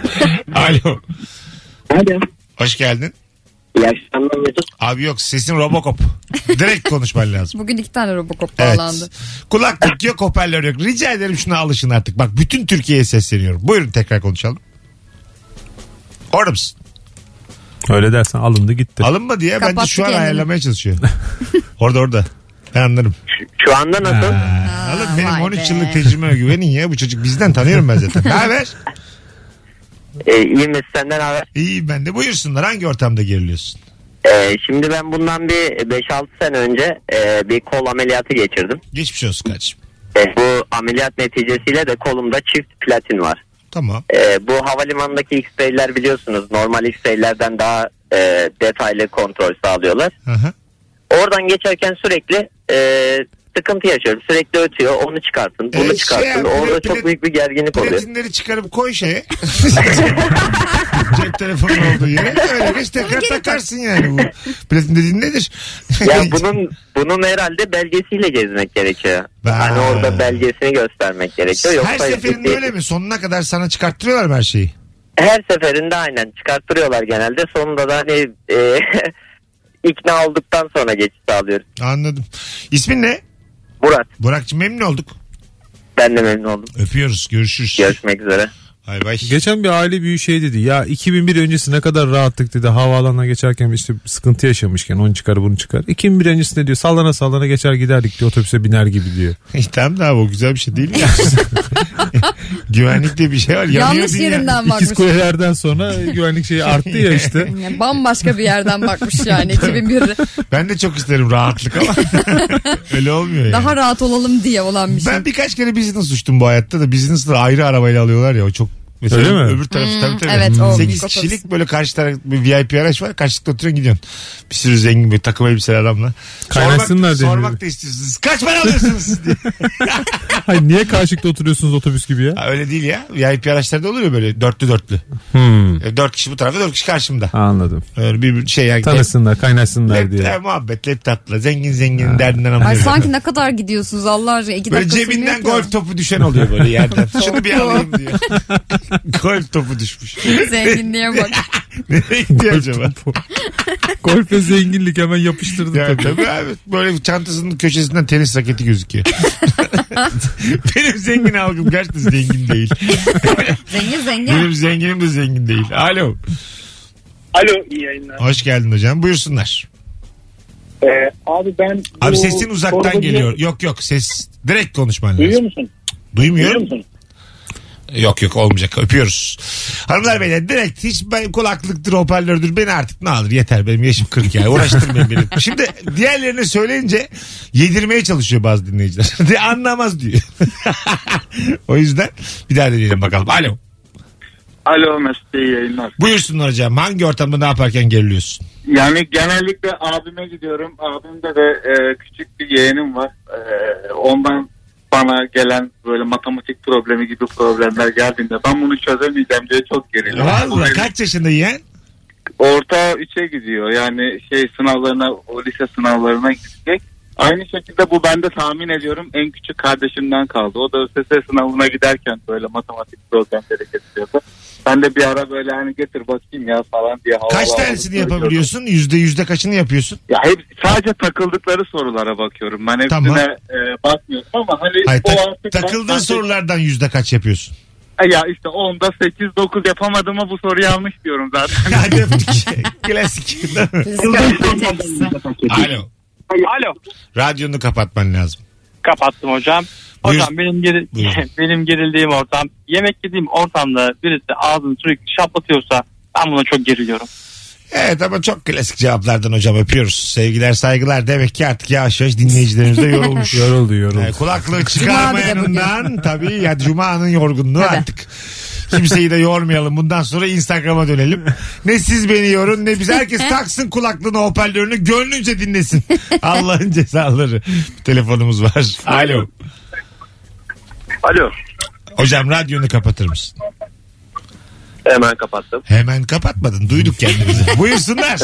Speaker 1: Alo.
Speaker 19: Alo.
Speaker 1: Hoş geldin.
Speaker 19: İyi akşamlar Mesut.
Speaker 1: Abi yok sesin Robocop. Direkt konuşman lazım.
Speaker 16: Bugün iki tane Robocop
Speaker 1: Evet.
Speaker 16: bağlandı.
Speaker 1: Kulaklık yok hoparlör yok. Rica ederim şuna alışın artık. Bak bütün Türkiye'ye sesleniyorum. Buyurun tekrar konuşalım. Orada mısın?
Speaker 4: Öyle dersen alındı gitti.
Speaker 1: Alınma diye bence
Speaker 4: Kapattı
Speaker 1: şu an
Speaker 4: kendini.
Speaker 1: ayarlamaya çalışıyor. orada orada. Ben anlarım.
Speaker 19: Şu anda nasıl?
Speaker 1: Alın benim 13 yıllık tecrübeme güvenin ya. Bu çocuk bizden tanıyorum ben zaten. Ne haber?
Speaker 19: Ee, iyiyim Mesut senden haber.
Speaker 1: İyiyim ben de. Buyursunlar hangi ortamda geriliyorsun?
Speaker 19: Ee, şimdi ben bundan bir 5-6 sene önce e, bir kol ameliyatı geçirdim.
Speaker 1: Geçmiş olsun kardeşim.
Speaker 19: E, bu ameliyat neticesiyle de kolumda çift platin var.
Speaker 1: Tamam.
Speaker 19: E, bu havalimanındaki X-ray'ler biliyorsunuz normal X-ray'lerden daha e, detaylı kontrol sağlıyorlar. Oradan geçerken sürekli e, sıkıntı yaşıyorum. Sürekli ötüyor. Onu çıkartın, bunu
Speaker 1: E, şey
Speaker 19: çıkartın.
Speaker 1: yani,
Speaker 19: Orada
Speaker 1: plat-
Speaker 19: çok büyük bir gerginlik oluyor.
Speaker 1: E, Platinleri çıkarıp koy şeye. Cep telefonun olduğu yere. Öyle geç tekrar takarsın yani bu. Platin dediğin nedir?
Speaker 19: Ya bunun bunun herhalde belgesiyle gezmek gerekiyor. Hani orada belgesini göstermek gerekiyor. Yoksa
Speaker 1: Her seferinde
Speaker 19: ciddi-
Speaker 1: öyle mi? Sonuna kadar sana çıkarttırıyorlar mı her şeyi?
Speaker 19: Her seferinde aynen çıkarttırıyorlar genelde. Sonunda da hani e, ikna olduktan sonra geçiş sağlıyoruz.
Speaker 1: Anladım. İsmin ne?
Speaker 19: Burak.
Speaker 1: Burak'cığım memnun olduk.
Speaker 19: Ben de memnun oldum.
Speaker 1: Öpüyoruz. Görüşürüz.
Speaker 19: Görüşmek üzere.
Speaker 1: Hay bay.
Speaker 4: Geçen bir aile büyüğü şey dedi ya 2001 öncesi ne kadar rahattık dedi havaalanına geçerken işte sıkıntı yaşamışken onu çıkar bunu çıkar. 2001 öncesinde diyor sallana sallana geçer giderdik diyor otobüse biner gibi diyor.
Speaker 1: tamam da abi o güzel bir şey değil mi? Güvenlikte bir şey var. Yanıyor
Speaker 16: Yanlış
Speaker 1: dünya.
Speaker 16: yerinden bakmış.
Speaker 4: İkiz kulelerden sonra güvenlik şeyi arttı ya işte.
Speaker 16: Yani bambaşka bir yerden bakmış yani 2001'de.
Speaker 1: Ben de çok isterim rahatlık ama öyle olmuyor yani.
Speaker 16: Daha rahat olalım diye olan bir şey.
Speaker 1: Ben birkaç kere business uçtum bu hayatta da business'ları ayrı arabayla alıyorlar ya o çok Mesela
Speaker 4: Öyle mi?
Speaker 1: öbür tarafı
Speaker 16: Hmm,
Speaker 1: tabii tabii.
Speaker 16: evet, o
Speaker 1: 8
Speaker 16: büyük otobüs.
Speaker 1: kişilik böyle karşı taraf bir VIP araç var. Karşılıklı oturuyorsun gidiyorsun. Bir sürü zengin bir takım elbiseli adamla.
Speaker 4: Kaynaşsınlar
Speaker 1: sormak,
Speaker 4: diye.
Speaker 1: sormak da istiyorsunuz. Kaç para alıyorsunuz siz diye.
Speaker 4: Hayır niye karşılıklı oturuyorsunuz otobüs gibi ya?
Speaker 1: Ha, Öyle değil ya. VIP araçlarda olur ya böyle dörtlü dörtlü. E, Dört kişi bu tarafta dört kişi karşımda.
Speaker 4: Anladım.
Speaker 1: Öyle bir bir şey yani.
Speaker 4: Tanışsınlar kaynaşsınlar
Speaker 1: Lep,
Speaker 4: diye.
Speaker 1: lep muhabbet lep tatlı. Zengin zenginin derdinden anlıyor.
Speaker 16: Ay sanki ne kadar gidiyorsunuz Allah aşkına. iki
Speaker 1: Böyle
Speaker 16: dakika
Speaker 1: cebinden
Speaker 16: sürmüyor ki.
Speaker 1: golf topu düşen oluyor böyle yerden. Şunu bir alayım diyor. golf topu düşmüş.
Speaker 16: Zenginliğe bak.
Speaker 1: Nereye gidiyor acaba?
Speaker 4: Golf ve zenginlik hemen yapıştırdı
Speaker 1: Ya
Speaker 4: tabii.
Speaker 1: tabii abi. Böyle bir çantasının köşesinden tenis raketi gözüküyor. Benim zengin algım gerçekten zengin değil.
Speaker 16: Zengin zengin.
Speaker 1: Benim zenginim de zengin değil. Alo.
Speaker 20: Alo iyi yayınlar.
Speaker 1: Hoş geldin hocam. Buyursunlar.
Speaker 20: Ee, abi ben...
Speaker 1: Abi
Speaker 20: bu
Speaker 1: sesin uzaktan
Speaker 20: sorduğum-
Speaker 1: geliyor. Yok yok ses. Direkt konuşman lazım.
Speaker 20: Duyuyor musun?
Speaker 1: Duymuyorum.
Speaker 20: Duyuyor musun?
Speaker 1: Yok yok olmayacak. Öpüyoruz. Hanımlar beyler direkt hiç ben kulaklıktır hoparlördür beni artık ne alır yeter benim yaşım 40 yani uğraştırmayın beni. Şimdi diğerlerine söyleyince yedirmeye çalışıyor bazı dinleyiciler. De anlamaz diyor. o yüzden bir daha deneyelim bakalım. Alo.
Speaker 20: Alo Mesut iyi yayınlar.
Speaker 1: Buyursunlar hocam hangi ortamda ne yaparken geriliyorsun?
Speaker 20: Yani genellikle abime gidiyorum. Abimde de e, küçük bir yeğenim var. E, ondan bana gelen böyle matematik problemi gibi problemler geldiğinde ben bunu çözemeyeceğim diye çok geriliyorum. Bu
Speaker 1: Valla
Speaker 20: benim
Speaker 1: kaç yaşında yeğen?
Speaker 20: Orta 3'e gidiyor. Yani şey sınavlarına, o lise sınavlarına gidecek. Aynı şekilde bu ben de tahmin ediyorum en küçük kardeşimden kaldı. O da ÖSS sınavına giderken böyle matematik problemleri getiriyordu. Ben de bir ara böyle hani getir bakayım ya falan diye havalı
Speaker 1: Kaç
Speaker 20: havalı
Speaker 1: tanesini
Speaker 20: söylüyordum.
Speaker 1: yapabiliyorsun? Yüzde yüzde kaçını yapıyorsun?
Speaker 20: Ya hep sadece E, takıldıkları sorulara bakıyorum. Ben hepsine
Speaker 1: Tamam.
Speaker 20: e, bakmıyorum ama hani
Speaker 1: Hayır,
Speaker 20: o
Speaker 1: tak-
Speaker 20: artık
Speaker 1: takıldığın
Speaker 20: ben-
Speaker 1: sorulardan yüzde kaç yapıyorsun?
Speaker 20: Ya işte 10'da 8-9 yapamadığıma bu soru yanlış diyorum zaten.
Speaker 1: Hadi öptük. Klasik. Alo.
Speaker 21: Alo.
Speaker 1: Radyonu kapatman lazım.
Speaker 21: Kapattım hocam. Hocam
Speaker 1: Buyur.
Speaker 21: benim geri,
Speaker 1: Buyurun.
Speaker 21: benim gerildiğim ortam yemek yediğim ortamda birisi ağzını sürekli şaplatıyorsa ben buna çok geriliyorum.
Speaker 1: Evet ama çok klasik cevaplardan hocam öpüyoruz. Sevgiler saygılar. Demek ki artık yavaş yavaş dinleyicilerimiz de yorulmuş.
Speaker 4: yoruldu yoruldu.
Speaker 1: Ee,
Speaker 4: Cuma bir de
Speaker 1: Kulaklığı
Speaker 4: bugün.
Speaker 1: çıkarmayanından tabii ya Cuma'nın yorgunluğu artık. Kimseyi de yormayalım. Bundan sonra Instagram'a dönelim. Ne siz beni yorun ne biz. Herkes taksın kulaklığını hoparlörünü gönlünce dinlesin. Allah'ın cezaları. Bir telefonumuz var. Alo.
Speaker 22: Alo.
Speaker 1: Hocam radyonu kapatır mısın?
Speaker 22: Hemen kapattım.
Speaker 1: Hemen kapatmadın. Duyduk kendimizi. Buyursunlar.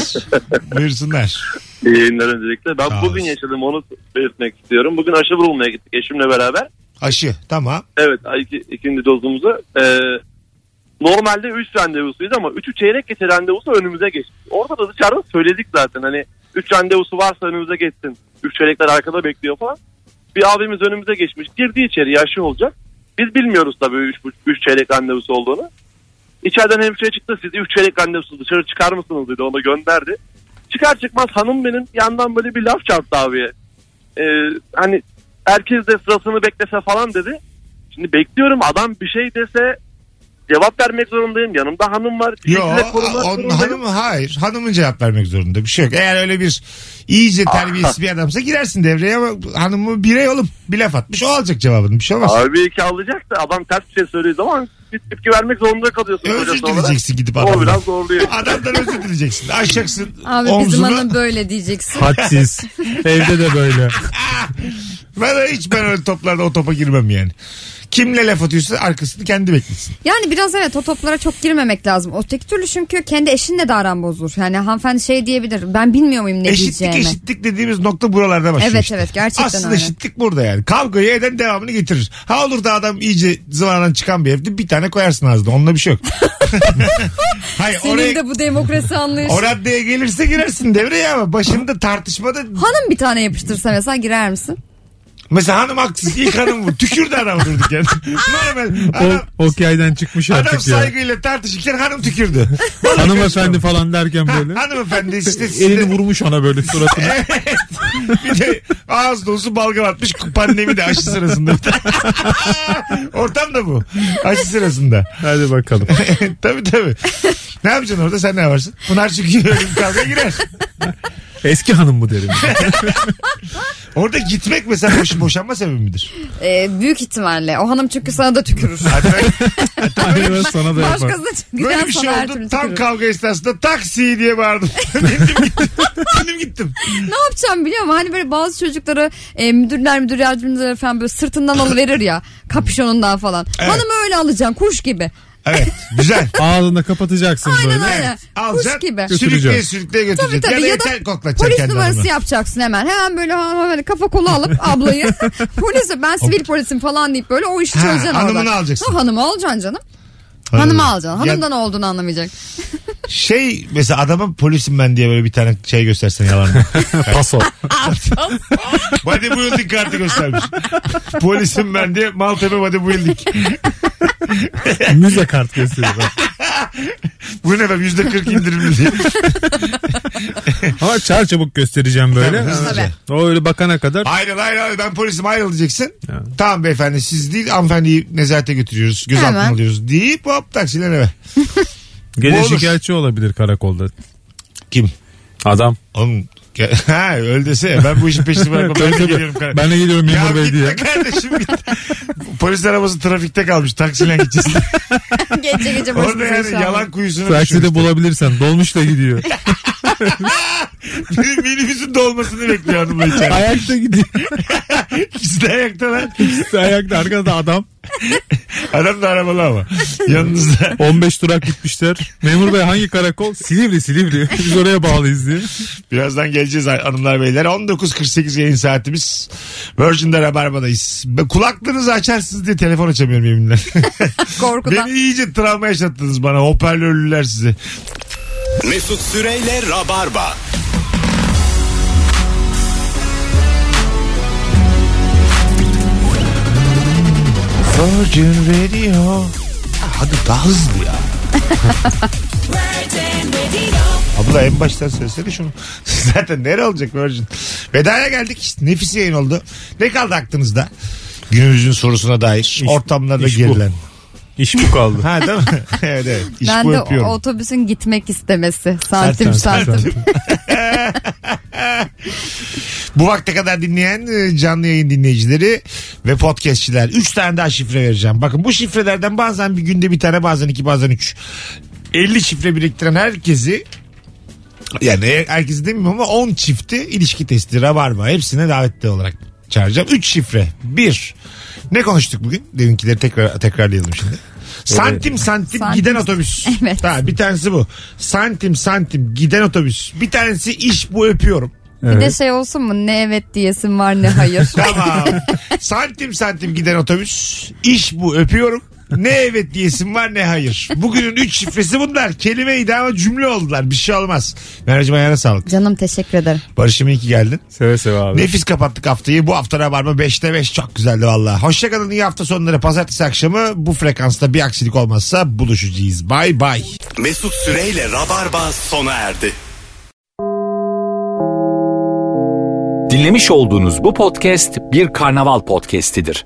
Speaker 1: Buyursunlar.
Speaker 22: İyi yayınlar öncelikle. Ben
Speaker 1: Sağ
Speaker 22: bugün yaşadım onu belirtmek istiyorum. Bugün aşı vurulmaya gittik eşimle beraber.
Speaker 1: Aşı. Tamam.
Speaker 22: Evet iki, ikinci dozumuzu. Ee, normalde 3 randevusuydu ama 3'ü çeyrek geçe randevusu önümüze geçti. Orada da dışarıda söyledik zaten hani 3 randevusu varsa önümüze geçsin. 3 çeyrekler arkada bekliyor falan. Bir abimiz önümüze geçmiş. Girdi içeri yaşlı olacak. Biz bilmiyoruz tabii 3, 3 çeyrek randevusu olduğunu. İçeriden hemşire çıktı siz 3 çeyrek randevusu dışarı çıkar mısınız dedi ona gönderdi. Çıkar çıkmaz hanım benim yandan böyle bir laf çarptı abiye. Ee, hani herkes de sırasını beklese falan dedi. Şimdi bekliyorum adam bir şey dese cevap vermek zorundayım. Yanımda hanım var.
Speaker 1: Yok
Speaker 22: sizinle korumak
Speaker 1: onun
Speaker 22: zorundayım.
Speaker 1: hanımı hayır. Hanımın cevap vermek zorunda bir şey yok. Eğer öyle bir iyice terbiyesiz bir adamsa girersin devreye ama hanımı birey olup bir laf atmış o alacak cevabını bir şey olmaz.
Speaker 22: Abi iki alacak da adam ters bir şey söylediği zaman bir tepki vermek zorunda kalıyorsun.
Speaker 1: Özür
Speaker 22: hocası olarak.
Speaker 1: dileyeceksin gidip
Speaker 22: O
Speaker 1: adamdan.
Speaker 22: biraz zorluyor.
Speaker 1: Adamdan özür dileyeceksin. Aşacaksın
Speaker 2: Abi bizim
Speaker 1: omzunu.
Speaker 2: hanım böyle diyeceksin.
Speaker 1: Hadsiz.
Speaker 4: Evde de böyle.
Speaker 1: Ben hiç ben öyle toplarda o topa girmem yani. Kimle laf atıyorsa arkasını kendi beklesin.
Speaker 2: Yani biraz evet o toplara çok girmemek lazım. O tek türlü çünkü kendi eşinle de aran bozulur. Yani hanımefendi şey diyebilir. Ben bilmiyor muyum ne
Speaker 1: eşitlik
Speaker 2: diyeceğimi.
Speaker 1: eşitlik dediğimiz nokta buralarda başlıyor
Speaker 2: Evet,
Speaker 1: işte.
Speaker 2: evet, gerçekten
Speaker 1: Aslında
Speaker 2: öyle.
Speaker 1: eşitlik burada yani. Kavgayı eden devamını getirir. Ha olur da adam iyice zıvanadan çıkan bir evde bir tane koyarsın ağzına. Onunla bir şey yok. Hayır
Speaker 2: Senin
Speaker 1: oraya,
Speaker 2: de bu demokrasi anlayışı.
Speaker 1: o raddeye gelirse girersin devreye ama başında tartışmada
Speaker 2: Hanım bir tane yapıştırsa mesela girer misin?
Speaker 1: mesela hanım haksız ilk hanım bu. Tükürdü adam durduk yani. Normal.
Speaker 4: O, okeyden çıkmış
Speaker 1: Adam
Speaker 4: artık ya.
Speaker 1: saygıyla tartışırken hanım tükürdü.
Speaker 4: Hanımefendi falan derken böyle.
Speaker 1: Hanımefendi işte
Speaker 4: Elini vurmuş ona böyle suratına.
Speaker 1: Bir de ağız dolusu balgam atmış pandemi de aşı sırasında. Ortam da bu. Aşı sırasında.
Speaker 4: Hadi bakalım.
Speaker 1: tabii tabii. Ne yapacaksın orada sen ne yaparsın? Bunlar çünkü ölüm kavga girer.
Speaker 4: Eski hanım mı derim.
Speaker 1: Orada gitmek mesela boş, boşanma sebebi midir?
Speaker 2: Ee, büyük ihtimalle. O hanım çünkü sana da tükürür.
Speaker 4: Aynen sana da yapar.
Speaker 2: Başkası çünkü
Speaker 1: Böyle bir şey
Speaker 2: sana her türlü
Speaker 1: oldu. Tam
Speaker 2: tükürür.
Speaker 1: kavga esnasında taksi diye bağırdım. Benim gittim. Benim gittim.
Speaker 2: ne yapacağım biliyor musun? Hani böyle bazı çocuklara e, müdürler müdür yardımcıları falan böyle sırtından alıverir ya. Kapüşonundan falan.
Speaker 1: Evet.
Speaker 2: Hanımı öyle alacaksın kuş gibi.
Speaker 1: Evet güzel.
Speaker 4: Ağzında kapatacaksın
Speaker 2: Aynen
Speaker 4: böyle.
Speaker 2: öyle.
Speaker 1: Alacaksın,
Speaker 2: Kuş gibi.
Speaker 1: Sürükleye sürükleye
Speaker 2: Tabii
Speaker 1: götüreceksin.
Speaker 2: tabii ya,
Speaker 1: ya da,
Speaker 2: da
Speaker 1: yeter koklatacaksın
Speaker 2: polis
Speaker 1: kendi
Speaker 2: numarası
Speaker 1: hanımına.
Speaker 2: yapacaksın hemen. Hemen böyle, ha- ha- böyle kafa kola alıp ablayı polise ben sivil polisim falan deyip böyle o işi
Speaker 1: Ha,
Speaker 2: çözeceksin
Speaker 1: hanımını
Speaker 2: oradan.
Speaker 1: alacaksın.
Speaker 2: Ha, hanımı alacaksın canım.
Speaker 1: Ha.
Speaker 2: Hanımı alacaksın.
Speaker 1: Ya-
Speaker 2: Hanımdan ne olduğunu anlamayacak.
Speaker 1: Şey mesela adama polisim ben diye böyle bir tane şey göstersen yalan.
Speaker 4: Paso.
Speaker 1: Bodybuilding kartı göstermiş. polisim ben diye Maltepe bodybuilding.
Speaker 4: Müze kart gösteriyor.
Speaker 1: Bu ne be yüzde kırk indirimli diye.
Speaker 4: Ama çar çabuk göstereceğim böyle.
Speaker 1: Tabii, hızlıca.
Speaker 4: O öyle bakana kadar.
Speaker 1: Ayrıl ayrıl ben polisim ayrıl diyeceksin. Tamam beyefendi siz değil hanımefendiyi nezarete götürüyoruz. Gözaltına
Speaker 4: Hemen.
Speaker 1: alıyoruz deyip hop taksiyle eve.
Speaker 4: Gece
Speaker 1: Bu olur.
Speaker 4: şikayetçi olabilir karakolda.
Speaker 1: Kim?
Speaker 4: Adam.
Speaker 1: Oğlum ge- ha öyle dese ya, ben bu işin peşini bırakmam. Ben de geliyorum. kar-
Speaker 4: Ben de geliyorum
Speaker 1: Ya
Speaker 4: memur bey
Speaker 1: gitme
Speaker 4: diye.
Speaker 1: kardeşim git. Polis arabası trafikte kalmış. Taksiyle gideceğiz.
Speaker 2: gece gece başımıza
Speaker 1: Orada yani
Speaker 2: iş alma.
Speaker 1: yalan kuyusuna düşmüş.
Speaker 4: Takside bulabilirsen dolmuşla gidiyor.
Speaker 1: Minibüsün dolmasını bekliyor hanımla içeride.
Speaker 4: Ayakta gidiyor.
Speaker 1: İkisi de ayakta lan.
Speaker 4: İkisi de ayakta arkada adam.
Speaker 1: Adam da arabalı ama. Yanınızda.
Speaker 4: 15 durak gitmişler. Memur bey hangi karakol? Silivri Silivri. Biz oraya bağlıyız diye.
Speaker 1: Birazdan geleceğiz hanımlar beyler. 19.48 yayın saatimiz. Virgin'de Rabarba'dayız. Be- Kulaklarınızı açarsınız diye telefon açamıyorum yeminle.
Speaker 2: Korkudan.
Speaker 1: Beni iyice travma yaşattınız bana. Hoparlörlüler sizi.
Speaker 23: Mesut Süreyle Rabarba.
Speaker 1: Virgin Radio. Ah, Hadi daha hızlı ya. Abla en baştan söylesene şunu. Zaten nereye olacak Virgin? Vedaya geldik. İşte nefis yayın oldu. Ne kaldı aklınızda? Günümüzün sorusuna dair. Ortamlarda
Speaker 4: iş bu.
Speaker 1: gerilen.
Speaker 4: İş bu kaldı.
Speaker 1: Ha değil mi? evet evet. İş
Speaker 2: ben
Speaker 1: bu
Speaker 2: de
Speaker 1: yapıyorum.
Speaker 2: o- otobüsün gitmek istemesi. Santim
Speaker 1: Santim,
Speaker 2: santim.
Speaker 1: Bu vakte kadar dinleyen e, canlı yayın dinleyicileri ve podcastçiler. Üç tane daha şifre vereceğim. Bakın bu şifrelerden bazen bir günde bir tane bazen iki bazen üç. 50 şifre biriktiren herkesi yani herkesi demiyorum ama 10 çifti ilişki testi rabarba hepsine davetli olarak çağıracağım. 3 şifre. 1. Ne konuştuk bugün? Deminkileri tekrar tekrarlayalım şimdi. Santim santim,
Speaker 16: Santim-
Speaker 1: giden otobüs. Evet. Ha, bir tanesi bu. Santim santim giden otobüs. Bir tanesi iş bu öpüyorum.
Speaker 16: Bir de şey olsun mu ne evet diyesin var ne hayır.
Speaker 1: tamam. Santim santim giden otobüs. İş bu öpüyorum. Ne evet diyesin var ne hayır. Bugünün üç şifresi bunlar. Kelimeydi ama cümle oldular. Bir şey olmaz. Merhaba ayağına sağlık.
Speaker 16: Canım teşekkür ederim.
Speaker 1: Barış'ım iyi ki geldin.
Speaker 4: Seve seve abi.
Speaker 1: Nefis kapattık haftayı. Bu hafta Rabarba 5'te 5 çok güzeldi valla. Hoşçakalın iyi hafta sonları. Pazartesi akşamı bu frekansta bir aksilik olmazsa buluşacağız. Bay bay.
Speaker 9: Mesut Süreyle Rabarba sona erdi.
Speaker 24: Dinlemiş olduğunuz bu podcast bir karnaval podcastidir.